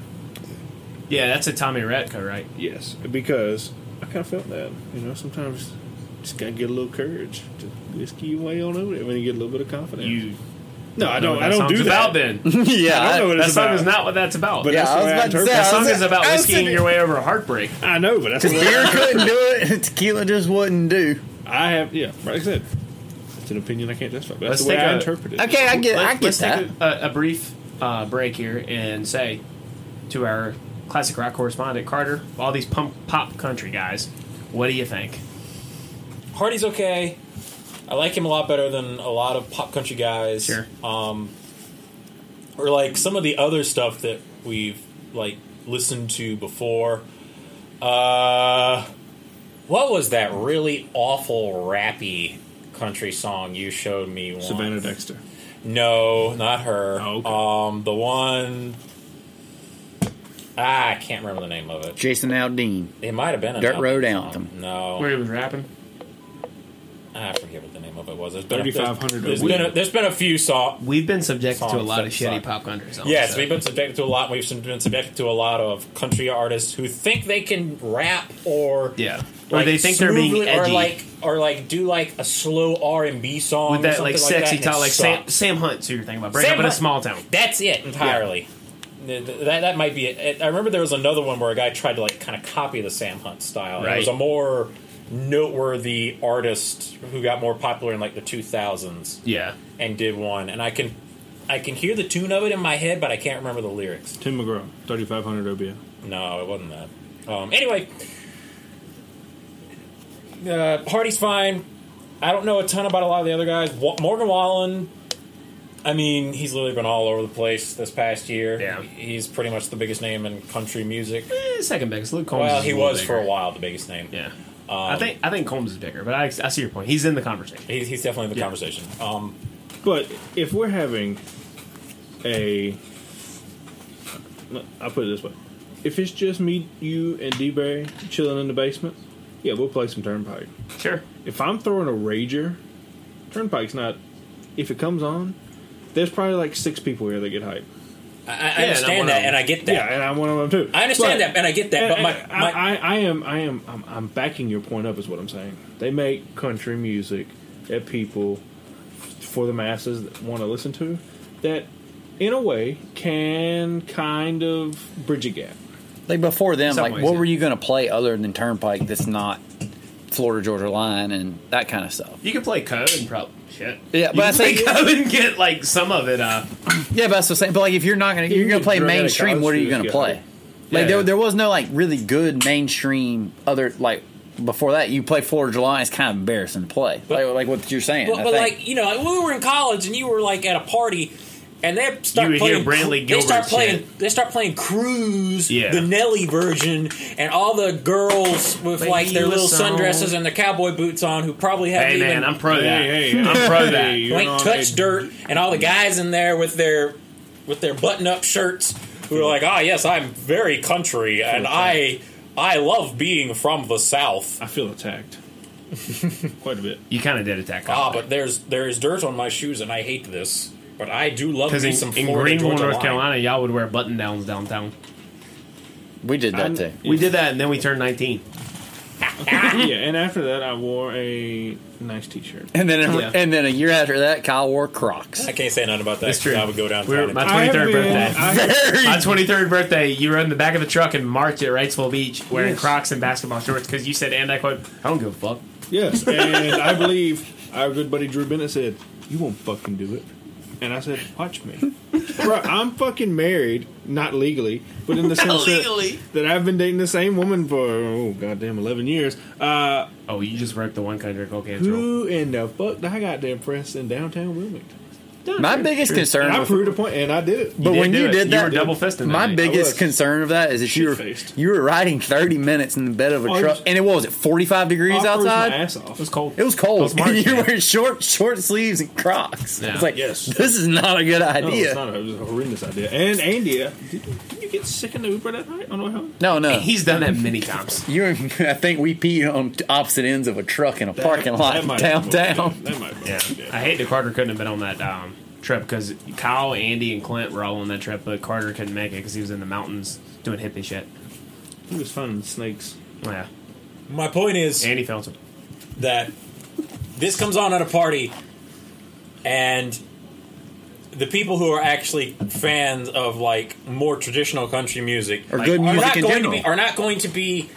[SPEAKER 2] Yeah, that's a Tommy Retko, right?
[SPEAKER 4] Yes, because I kind of felt that. You know, sometimes just gotta get a little courage to whiskey your way on over it when you get a little bit of confidence.
[SPEAKER 2] You
[SPEAKER 4] no, I
[SPEAKER 2] know
[SPEAKER 4] don't.
[SPEAKER 2] what
[SPEAKER 4] I
[SPEAKER 2] that
[SPEAKER 4] don't
[SPEAKER 2] song's
[SPEAKER 4] do
[SPEAKER 2] about
[SPEAKER 4] that.
[SPEAKER 2] then.
[SPEAKER 3] yeah,
[SPEAKER 4] I don't know what
[SPEAKER 2] that
[SPEAKER 4] it's
[SPEAKER 2] song
[SPEAKER 4] about.
[SPEAKER 2] is not what that's about.
[SPEAKER 4] But
[SPEAKER 3] Yeah,
[SPEAKER 4] that's
[SPEAKER 3] I
[SPEAKER 4] the
[SPEAKER 3] was
[SPEAKER 4] way I
[SPEAKER 3] about to
[SPEAKER 4] interpret
[SPEAKER 3] say,
[SPEAKER 4] it.
[SPEAKER 2] that
[SPEAKER 3] I
[SPEAKER 2] song
[SPEAKER 3] was-
[SPEAKER 2] is about
[SPEAKER 3] I was
[SPEAKER 2] whiskeying
[SPEAKER 3] sitting-
[SPEAKER 2] your way over heartbreak.
[SPEAKER 4] I know, but that's the way
[SPEAKER 3] Beer couldn't do it. and Tequila just wouldn't do.
[SPEAKER 4] I have. Yeah, like I said, it's an opinion I can't justify. But
[SPEAKER 2] Let's
[SPEAKER 4] that's the way
[SPEAKER 2] take
[SPEAKER 4] I
[SPEAKER 2] a-
[SPEAKER 4] interpret it.
[SPEAKER 3] Okay, I get, I
[SPEAKER 2] Let,
[SPEAKER 3] get
[SPEAKER 2] us
[SPEAKER 3] that.
[SPEAKER 2] take a, a brief uh, break here and say to our classic rock correspondent Carter, all these pump pop country guys, what do you think?
[SPEAKER 5] Hardy's okay. I like him a lot better than a lot of pop country guys.
[SPEAKER 2] Sure.
[SPEAKER 5] Um, or like some of the other stuff that we've like listened to before. Uh, what was that really awful rappy country song you showed me? Once?
[SPEAKER 4] Savannah Dexter.
[SPEAKER 5] No, not her.
[SPEAKER 4] Oh, okay.
[SPEAKER 5] Um, the one. Ah, I can't remember the name of it.
[SPEAKER 3] Jason Aldean.
[SPEAKER 5] It might have been a
[SPEAKER 3] Dirt
[SPEAKER 5] Malcolm
[SPEAKER 3] Road
[SPEAKER 5] song.
[SPEAKER 3] Anthem.
[SPEAKER 5] No,
[SPEAKER 2] Where he was rapping?
[SPEAKER 5] I forget what the name of it was. There's been a-
[SPEAKER 4] 3500 a
[SPEAKER 5] There's, there's been a,
[SPEAKER 4] week.
[SPEAKER 5] there's been a few songs.
[SPEAKER 2] We've been subjected to a
[SPEAKER 5] Songs
[SPEAKER 2] lot
[SPEAKER 5] that
[SPEAKER 2] of shitty
[SPEAKER 5] suck.
[SPEAKER 2] pop country songs.
[SPEAKER 5] Yes,
[SPEAKER 2] so-
[SPEAKER 5] we've been subjected to a lot. We've been subjected to a lot of country artists who think they can rap or
[SPEAKER 2] Yeah. Or they think they're being
[SPEAKER 5] smoothly-
[SPEAKER 2] edgy.
[SPEAKER 5] or like or like do like a slow R and B song
[SPEAKER 2] with
[SPEAKER 5] or
[SPEAKER 2] that
[SPEAKER 5] something
[SPEAKER 2] like sexy
[SPEAKER 5] that,
[SPEAKER 2] talk,
[SPEAKER 5] and
[SPEAKER 2] like
[SPEAKER 5] it
[SPEAKER 2] Sam,
[SPEAKER 5] sucks.
[SPEAKER 2] Sam Hunt's who you're thinking about. Break
[SPEAKER 5] Sam
[SPEAKER 2] up in a
[SPEAKER 5] Hunt.
[SPEAKER 2] small town.
[SPEAKER 5] That's it entirely. Th- th- That that might be it. I remember there was another one where a guy tried to like kind of copy the Sam Hunt style. And
[SPEAKER 2] Right.
[SPEAKER 5] It was a more noteworthy artist who got more popular in like the 2000s
[SPEAKER 2] Yeah,
[SPEAKER 5] and did one. And I can I can hear the tune of it in my head, but I can't remember the lyrics.
[SPEAKER 4] Tim McGraw, 3,500 OBI.
[SPEAKER 5] No, it wasn't that. Um, anyway, uh, Hardy's fine. I don't know a ton about a lot of the other guys. Wa- Morgan Wallen, I mean, he's literally been all over the place this past year.
[SPEAKER 2] Yeah.
[SPEAKER 5] He's pretty much the biggest name in country music.
[SPEAKER 2] Eh, second biggest. Luke Combs.
[SPEAKER 5] Well,
[SPEAKER 2] is
[SPEAKER 5] he
[SPEAKER 2] little
[SPEAKER 5] was for a
[SPEAKER 2] bigger.
[SPEAKER 5] while Um, the biggest name.
[SPEAKER 2] Yeah, I think I think Combs is bigger, but I, I see your point. He's in the conversation.
[SPEAKER 5] He's, he's definitely in the conversation. Um,
[SPEAKER 4] But if we're having a, I'll put it this way: if it's just me, you, and D Barry chilling in the basement, yeah, we'll play some Turnpike.
[SPEAKER 2] Sure.
[SPEAKER 4] If I'm throwing a rager, Turnpike's not. If it comes on, there's probably like six people here that get hyped.
[SPEAKER 5] I, I
[SPEAKER 2] I'm
[SPEAKER 5] understand
[SPEAKER 2] one of
[SPEAKER 5] that,
[SPEAKER 2] them.
[SPEAKER 5] and I get that.
[SPEAKER 4] Yeah, and I'm one of them too.
[SPEAKER 5] I understand
[SPEAKER 4] But-
[SPEAKER 5] that, and I get that.
[SPEAKER 4] And-
[SPEAKER 5] But my,
[SPEAKER 4] and
[SPEAKER 5] my
[SPEAKER 4] Eh, I, I, I am, I am, I'm, I'm backing your point up. Is what I'm saying. They make country music that people, for the masses, that want to listen to. That, in a way, can kind of bridge a gap.
[SPEAKER 3] Like before them,
[SPEAKER 2] Some
[SPEAKER 3] like
[SPEAKER 2] ways,
[SPEAKER 3] what
[SPEAKER 2] yeah.
[SPEAKER 3] were you going to play other than Turnpike that's not Florida Georgia Line and that kind of stuff?
[SPEAKER 2] You can play code and probably shit.
[SPEAKER 3] Yeah,
[SPEAKER 2] You
[SPEAKER 3] but I
[SPEAKER 2] can play
[SPEAKER 3] think-
[SPEAKER 2] code and get like some of it. Uh,
[SPEAKER 3] Yeah, but that's the same. But like if you're not going to,
[SPEAKER 4] You
[SPEAKER 3] you're going
[SPEAKER 4] could
[SPEAKER 3] to play
[SPEAKER 4] drug out of
[SPEAKER 3] mainstream.
[SPEAKER 4] college
[SPEAKER 3] What are you
[SPEAKER 4] students
[SPEAKER 3] going to
[SPEAKER 4] get
[SPEAKER 3] play?
[SPEAKER 4] hyped.
[SPEAKER 3] Like
[SPEAKER 2] Yeah.
[SPEAKER 3] there, there was no like really good mainstream other like before that. You play Florida Georgia Line, it's kind of embarrassing to play. like, like what you're saying.
[SPEAKER 5] But,
[SPEAKER 3] I
[SPEAKER 5] but
[SPEAKER 3] think.
[SPEAKER 5] like you know, like, we were in college, and you were like at a party, and they start
[SPEAKER 2] You would hear
[SPEAKER 5] playing.
[SPEAKER 2] Brantley
[SPEAKER 5] they
[SPEAKER 2] Gilbert's
[SPEAKER 5] start playing.
[SPEAKER 2] shit.
[SPEAKER 5] They start playing Cruise,
[SPEAKER 2] Yeah.
[SPEAKER 5] the Nelly version, and all the girls with
[SPEAKER 2] Play
[SPEAKER 5] like their
[SPEAKER 2] you a
[SPEAKER 5] little
[SPEAKER 2] song.
[SPEAKER 5] sundresses and their cowboy boots on, who probably haven't
[SPEAKER 2] hey man,
[SPEAKER 5] even
[SPEAKER 2] I'm pro that.
[SPEAKER 4] Hey, hey,
[SPEAKER 2] I'm pro that.
[SPEAKER 4] hey, you're
[SPEAKER 5] ain't
[SPEAKER 4] on
[SPEAKER 5] touched
[SPEAKER 4] a-
[SPEAKER 5] dirt, and all the guys in there with their with their button up shirts, who are like, ah, yes, I'm very country, and I I love being from the South.
[SPEAKER 4] I feel attacked. Quite a bit.
[SPEAKER 2] You kind of did attack.
[SPEAKER 5] Ah, but there's there is dirt on my shoes, and I hate this. But I do love
[SPEAKER 2] because
[SPEAKER 5] me
[SPEAKER 2] in,
[SPEAKER 5] some
[SPEAKER 2] in
[SPEAKER 5] Florida
[SPEAKER 2] Greenville,
[SPEAKER 5] Georgia
[SPEAKER 2] North
[SPEAKER 5] line.
[SPEAKER 2] Carolina, y'all would wear button downs downtown.
[SPEAKER 3] we did that too.
[SPEAKER 2] We did that, and then we turned 19.
[SPEAKER 4] yeah, and after that, I wore a nice T-shirt.
[SPEAKER 3] And then,
[SPEAKER 2] Yeah.
[SPEAKER 3] and then a year after that, Kyle wore Crocs.
[SPEAKER 5] I can't say nothing about that.
[SPEAKER 2] That's true.
[SPEAKER 5] 'cause I would go down.
[SPEAKER 2] We were- my 23rd birthday. My 23rd birthday, you were in the back of the truck in March at Wrightsville Beach wearing
[SPEAKER 4] Yes.
[SPEAKER 2] Crocs and basketball shorts because you said, and I quote, I don't give a fuck.
[SPEAKER 4] Yes, and I believe our good buddy Drew Bennett said, "You won't fucking do it," and I said, "Watch me, bro. I'm fucking married, not legally, but in the sense that, that I've been dating the same woman for oh goddamn eleven years. Uh,
[SPEAKER 2] Oh, you just broke the one country cocaine troll.
[SPEAKER 4] who in the fuck did I got to impress in downtown Wilmington?
[SPEAKER 3] My biggest concern,
[SPEAKER 4] And I
[SPEAKER 3] with-
[SPEAKER 4] proved a point, and I did it.
[SPEAKER 3] but
[SPEAKER 2] did
[SPEAKER 3] when
[SPEAKER 2] do
[SPEAKER 3] you
[SPEAKER 2] it.
[SPEAKER 3] did
[SPEAKER 2] You
[SPEAKER 3] that,
[SPEAKER 2] were double-fisting
[SPEAKER 3] My
[SPEAKER 2] that night.
[SPEAKER 3] biggest
[SPEAKER 4] I was.
[SPEAKER 3] concern of that is that you were
[SPEAKER 4] Shit-faced.
[SPEAKER 3] you were riding thirty minutes in the bed of a
[SPEAKER 4] Oh, it
[SPEAKER 3] truck,
[SPEAKER 4] was-
[SPEAKER 3] and it what was it forty five degrees
[SPEAKER 4] I proved
[SPEAKER 3] outside.
[SPEAKER 4] my ass off.
[SPEAKER 2] It was cold.
[SPEAKER 3] It was cold.
[SPEAKER 2] It was March,
[SPEAKER 3] and you were
[SPEAKER 2] man.
[SPEAKER 3] wearing short short sleeves and Crocs.
[SPEAKER 2] Yeah.
[SPEAKER 3] It's like
[SPEAKER 4] Yes.
[SPEAKER 3] this is not a good
[SPEAKER 4] No,
[SPEAKER 3] idea.
[SPEAKER 4] it's not a, it was a horrendous idea. And Andia, did, did you get sick in the Uber that night on the way home?
[SPEAKER 3] No, no.
[SPEAKER 2] He's done that many times.
[SPEAKER 3] You, and- I think we peed on t- opposite ends of a truck in a parking lot
[SPEAKER 4] might-
[SPEAKER 3] downtown.
[SPEAKER 4] That might
[SPEAKER 2] Yeah. I
[SPEAKER 4] yeah.
[SPEAKER 2] hate that Carter couldn't have been on that um, trip because Kyle, Andy, and Clint were all on that trip, but Carter couldn't make it because he was in the mountains doing hippie shit.
[SPEAKER 4] He was finding snakes.
[SPEAKER 2] Yeah.
[SPEAKER 5] My point is
[SPEAKER 2] Andy found him.
[SPEAKER 5] that this comes on at a party, and the people who are actually fans of like more traditional country music
[SPEAKER 3] Or
[SPEAKER 5] like,
[SPEAKER 3] good music
[SPEAKER 5] not
[SPEAKER 3] in
[SPEAKER 5] going
[SPEAKER 3] general.
[SPEAKER 5] to be are not going to be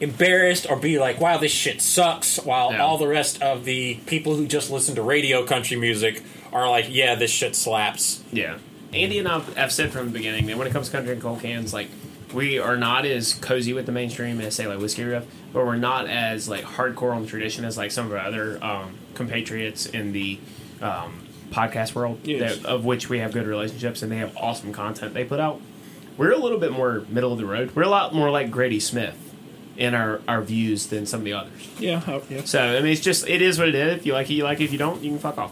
[SPEAKER 5] embarrassed or be like, "Wow, this shit sucks." While
[SPEAKER 2] Yeah.
[SPEAKER 5] all the rest of the people who just listen to radio country music are like, "Yeah, this shit slaps."
[SPEAKER 2] Yeah. Andy and I have said from the beginning that when it comes to country and cold cans, like we are not as cozy with the mainstream as say like whiskey riff, but we're not as like hardcore on the tradition as like some of our other um, compatriots in the um, podcast world,
[SPEAKER 4] Yes.
[SPEAKER 2] that, of which we have good relationships and they have awesome content they put out. We're a little bit more middle of the road. We're a lot more like Grady Smith in our, our views than some of the others.
[SPEAKER 4] Yeah, I, yeah.
[SPEAKER 2] So I mean, it's just it is what it is. If you like it, you like it. If you don't, you can fuck off.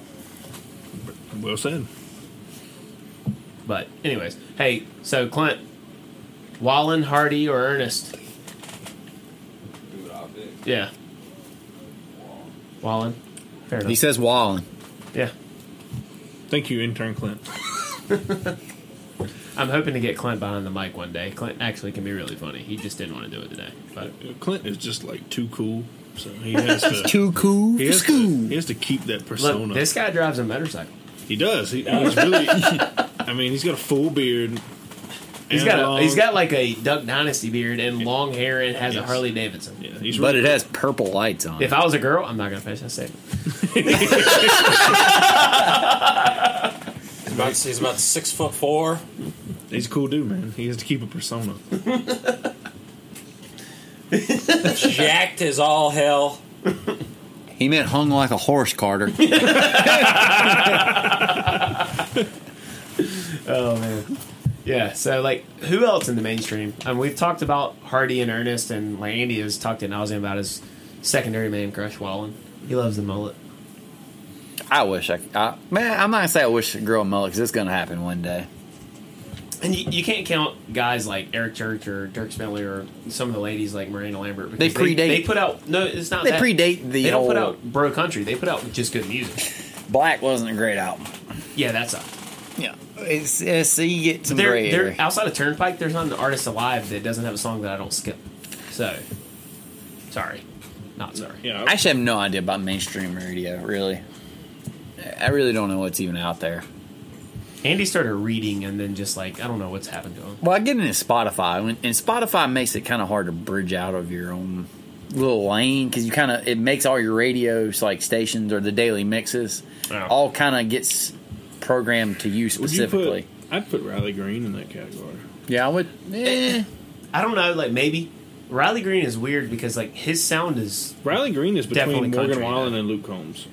[SPEAKER 4] Well said.
[SPEAKER 2] But anyways, hey, so Clint, Wallen, Hardy, or Ernest? Yeah. Wallen. Fair enough.
[SPEAKER 3] He says Wallen.
[SPEAKER 2] yeah.
[SPEAKER 4] Thank you, intern Clint.
[SPEAKER 2] I'm hoping to get Clint behind the mic one day. Clint actually can be really funny. He just didn't want to do it today. But
[SPEAKER 4] Clint is just like too cool, so he has to.
[SPEAKER 3] Too cool
[SPEAKER 4] he
[SPEAKER 3] for
[SPEAKER 4] has to,
[SPEAKER 3] school.
[SPEAKER 4] he has to keep that persona.
[SPEAKER 2] look, this guy drives a motorcycle.
[SPEAKER 4] He does. He, he's really. I mean, he's got a full beard.
[SPEAKER 2] He's
[SPEAKER 4] and
[SPEAKER 2] got
[SPEAKER 4] long-
[SPEAKER 2] a, he's got like a Duck Dynasty beard and long hair and has a
[SPEAKER 4] Yes.
[SPEAKER 2] Harley Davidson.
[SPEAKER 4] Yeah, he's
[SPEAKER 3] But
[SPEAKER 4] really,
[SPEAKER 3] it has purple lights on.
[SPEAKER 2] If I was a girl, I'm not gonna finish that statement.
[SPEAKER 5] He's about, he's about six foot four.
[SPEAKER 4] he's a cool dude, man. He has to keep a persona.
[SPEAKER 5] jacked as all hell.
[SPEAKER 3] he meant hung like a horse, Carter.
[SPEAKER 2] Oh man. Yeah, so like who else in the mainstream? And we've talked about Hardy and Ernest and like Andy has talked to nauseam about his secondary man crush Wallen. He loves the mullet.
[SPEAKER 3] I wish I, I man. I'm not gonna say I wish a girl mullet because it's gonna happen one day.
[SPEAKER 2] And you, you can't count guys like Eric Church or Dirk Spentley or some of the ladies like Miranda Lambert. because
[SPEAKER 3] They predate-
[SPEAKER 2] They, put out no, it's not.
[SPEAKER 3] They
[SPEAKER 2] that.
[SPEAKER 3] predate the
[SPEAKER 2] They don't put
[SPEAKER 3] whole-
[SPEAKER 2] out bro country. They put out just good music.
[SPEAKER 3] Black wasn't a great album.
[SPEAKER 2] Yeah, that's up.
[SPEAKER 3] Yeah, it's, it's you get some
[SPEAKER 2] They're,
[SPEAKER 3] gray
[SPEAKER 2] they're
[SPEAKER 3] area.
[SPEAKER 2] outside of Turnpike. There's not an artist alive that doesn't have a song that I don't skip. So, sorry, not sorry.
[SPEAKER 4] Yeah,
[SPEAKER 3] I actually have no idea about mainstream radio. Really, I really don't know what's even out there.
[SPEAKER 2] Andy started reading and then just like I don't know what's happened to him.
[SPEAKER 3] Well, I get into Spotify, and and Spotify makes it kind of hard to bridge out of your own little lane because you kind of it makes all your radios like stations or the daily mixes
[SPEAKER 2] Yeah.
[SPEAKER 3] all kind of gets programmed to you
[SPEAKER 4] would you
[SPEAKER 3] specifically.
[SPEAKER 4] put? I'd put Riley Green in that category.
[SPEAKER 3] yeah, I would. eh.
[SPEAKER 2] I don't know, like maybe Riley Green is weird because like his sound is.
[SPEAKER 4] Riley Green is between
[SPEAKER 2] Definitely
[SPEAKER 4] Morgan
[SPEAKER 2] country,
[SPEAKER 4] Wallen
[SPEAKER 2] yeah.
[SPEAKER 4] and Luke Combs.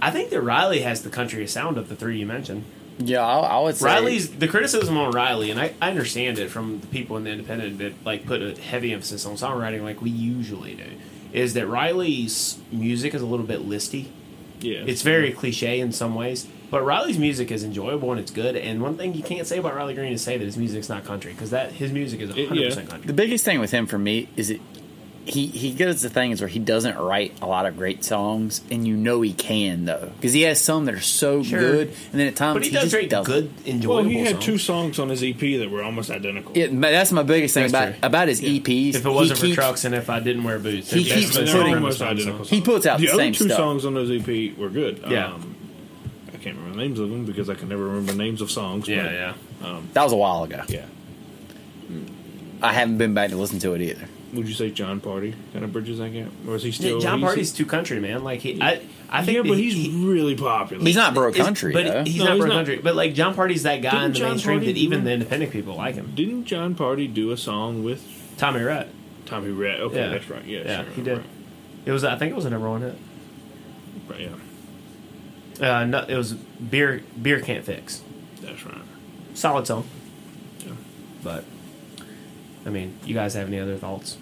[SPEAKER 2] I think that Riley has the country sound of the three you mentioned.
[SPEAKER 3] Yeah, I, I would say
[SPEAKER 2] Riley's the criticism on Riley, and I, I understand it from the people in the Independent that like put a heavy emphasis on songwriting, like we usually do, is that Riley's music is a little bit listy.
[SPEAKER 4] Yeah,
[SPEAKER 2] It's very cliche in some ways, but Riley's music is enjoyable and it's good. And one thing you can't say about Riley Green is say that his music's not country because that his music is
[SPEAKER 4] yeah.
[SPEAKER 2] one hundred percent country.
[SPEAKER 3] The biggest thing with him for me is it he he goes to things where he doesn't write a lot of great songs, and you know he can though because he has some that are so
[SPEAKER 2] Sure.
[SPEAKER 3] good, and then at times
[SPEAKER 2] But he
[SPEAKER 3] he,
[SPEAKER 2] does
[SPEAKER 3] just
[SPEAKER 2] write
[SPEAKER 3] doesn't.
[SPEAKER 2] good, enjoyable
[SPEAKER 4] Well, he had
[SPEAKER 2] songs.
[SPEAKER 4] two songs on his EP that were almost identical.
[SPEAKER 3] It, ma- that's my biggest thing
[SPEAKER 2] That's
[SPEAKER 3] about
[SPEAKER 2] true.
[SPEAKER 3] about his EPs.
[SPEAKER 2] If it wasn't
[SPEAKER 3] he
[SPEAKER 2] for
[SPEAKER 3] keeps-
[SPEAKER 2] trucks and if I didn't wear boots,
[SPEAKER 3] He
[SPEAKER 2] they're
[SPEAKER 3] keeps
[SPEAKER 2] basically
[SPEAKER 4] they're
[SPEAKER 3] putting-
[SPEAKER 2] the
[SPEAKER 4] almost
[SPEAKER 2] same
[SPEAKER 4] identical.
[SPEAKER 2] song.
[SPEAKER 3] He puts out
[SPEAKER 4] the
[SPEAKER 3] the
[SPEAKER 4] other
[SPEAKER 3] same
[SPEAKER 4] two
[SPEAKER 3] stuff.
[SPEAKER 4] songs on those EP were good.
[SPEAKER 2] Yeah.
[SPEAKER 4] Um, I can't remember the names of them because I can never remember names of songs.
[SPEAKER 2] Yeah,
[SPEAKER 4] but-
[SPEAKER 2] yeah.
[SPEAKER 3] That was a while ago.
[SPEAKER 4] yeah.
[SPEAKER 3] I haven't been back to listen to it either.
[SPEAKER 4] Would you say John Party kind of bridges that gap, or is he
[SPEAKER 2] Yeah,
[SPEAKER 4] still
[SPEAKER 2] John
[SPEAKER 4] he's-
[SPEAKER 2] Party's too country, man. Like he, I, I think
[SPEAKER 4] Yeah,
[SPEAKER 2] that
[SPEAKER 4] but
[SPEAKER 2] he-
[SPEAKER 4] he's
[SPEAKER 2] he-
[SPEAKER 4] really popular.
[SPEAKER 3] He's not bro
[SPEAKER 2] It's-
[SPEAKER 3] country
[SPEAKER 2] but
[SPEAKER 3] though.
[SPEAKER 2] he's
[SPEAKER 4] No,
[SPEAKER 2] not
[SPEAKER 4] he's
[SPEAKER 2] bro
[SPEAKER 4] not.
[SPEAKER 2] country. But like John Party's that guy in
[SPEAKER 4] Didn't
[SPEAKER 2] the
[SPEAKER 4] John
[SPEAKER 2] mainstream
[SPEAKER 4] Party
[SPEAKER 2] that even
[SPEAKER 4] do-
[SPEAKER 2] the independent people like him.
[SPEAKER 4] Didn't John Party do a song with
[SPEAKER 2] Tommy Rhett.
[SPEAKER 4] Tommy Rhett? Okay,
[SPEAKER 2] Yeah,
[SPEAKER 4] that's right. Yeah,
[SPEAKER 2] yeah,
[SPEAKER 4] sure,
[SPEAKER 2] he did.
[SPEAKER 4] right,
[SPEAKER 2] It was, I think, it was a number one hit.
[SPEAKER 4] right, yeah,
[SPEAKER 2] Uh, no, it was beer. Beer can't fix.
[SPEAKER 4] that's right.
[SPEAKER 2] Solid song,
[SPEAKER 4] Yeah.
[SPEAKER 2] but I mean, you guys have any other thoughts?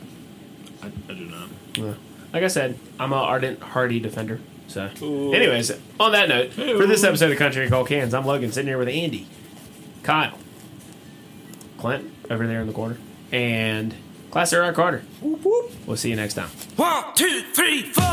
[SPEAKER 4] I, I do not.
[SPEAKER 2] Uh, like I said, I'm an ardent Hardy defender. So, anyways, on that note, for this episode of Country and Cold Cans, I'm Logan sitting here with Andy, Kyle, Clint over there in the corner, and Classic Rock Carter. We'll see you next time.
[SPEAKER 1] One, two, three, four.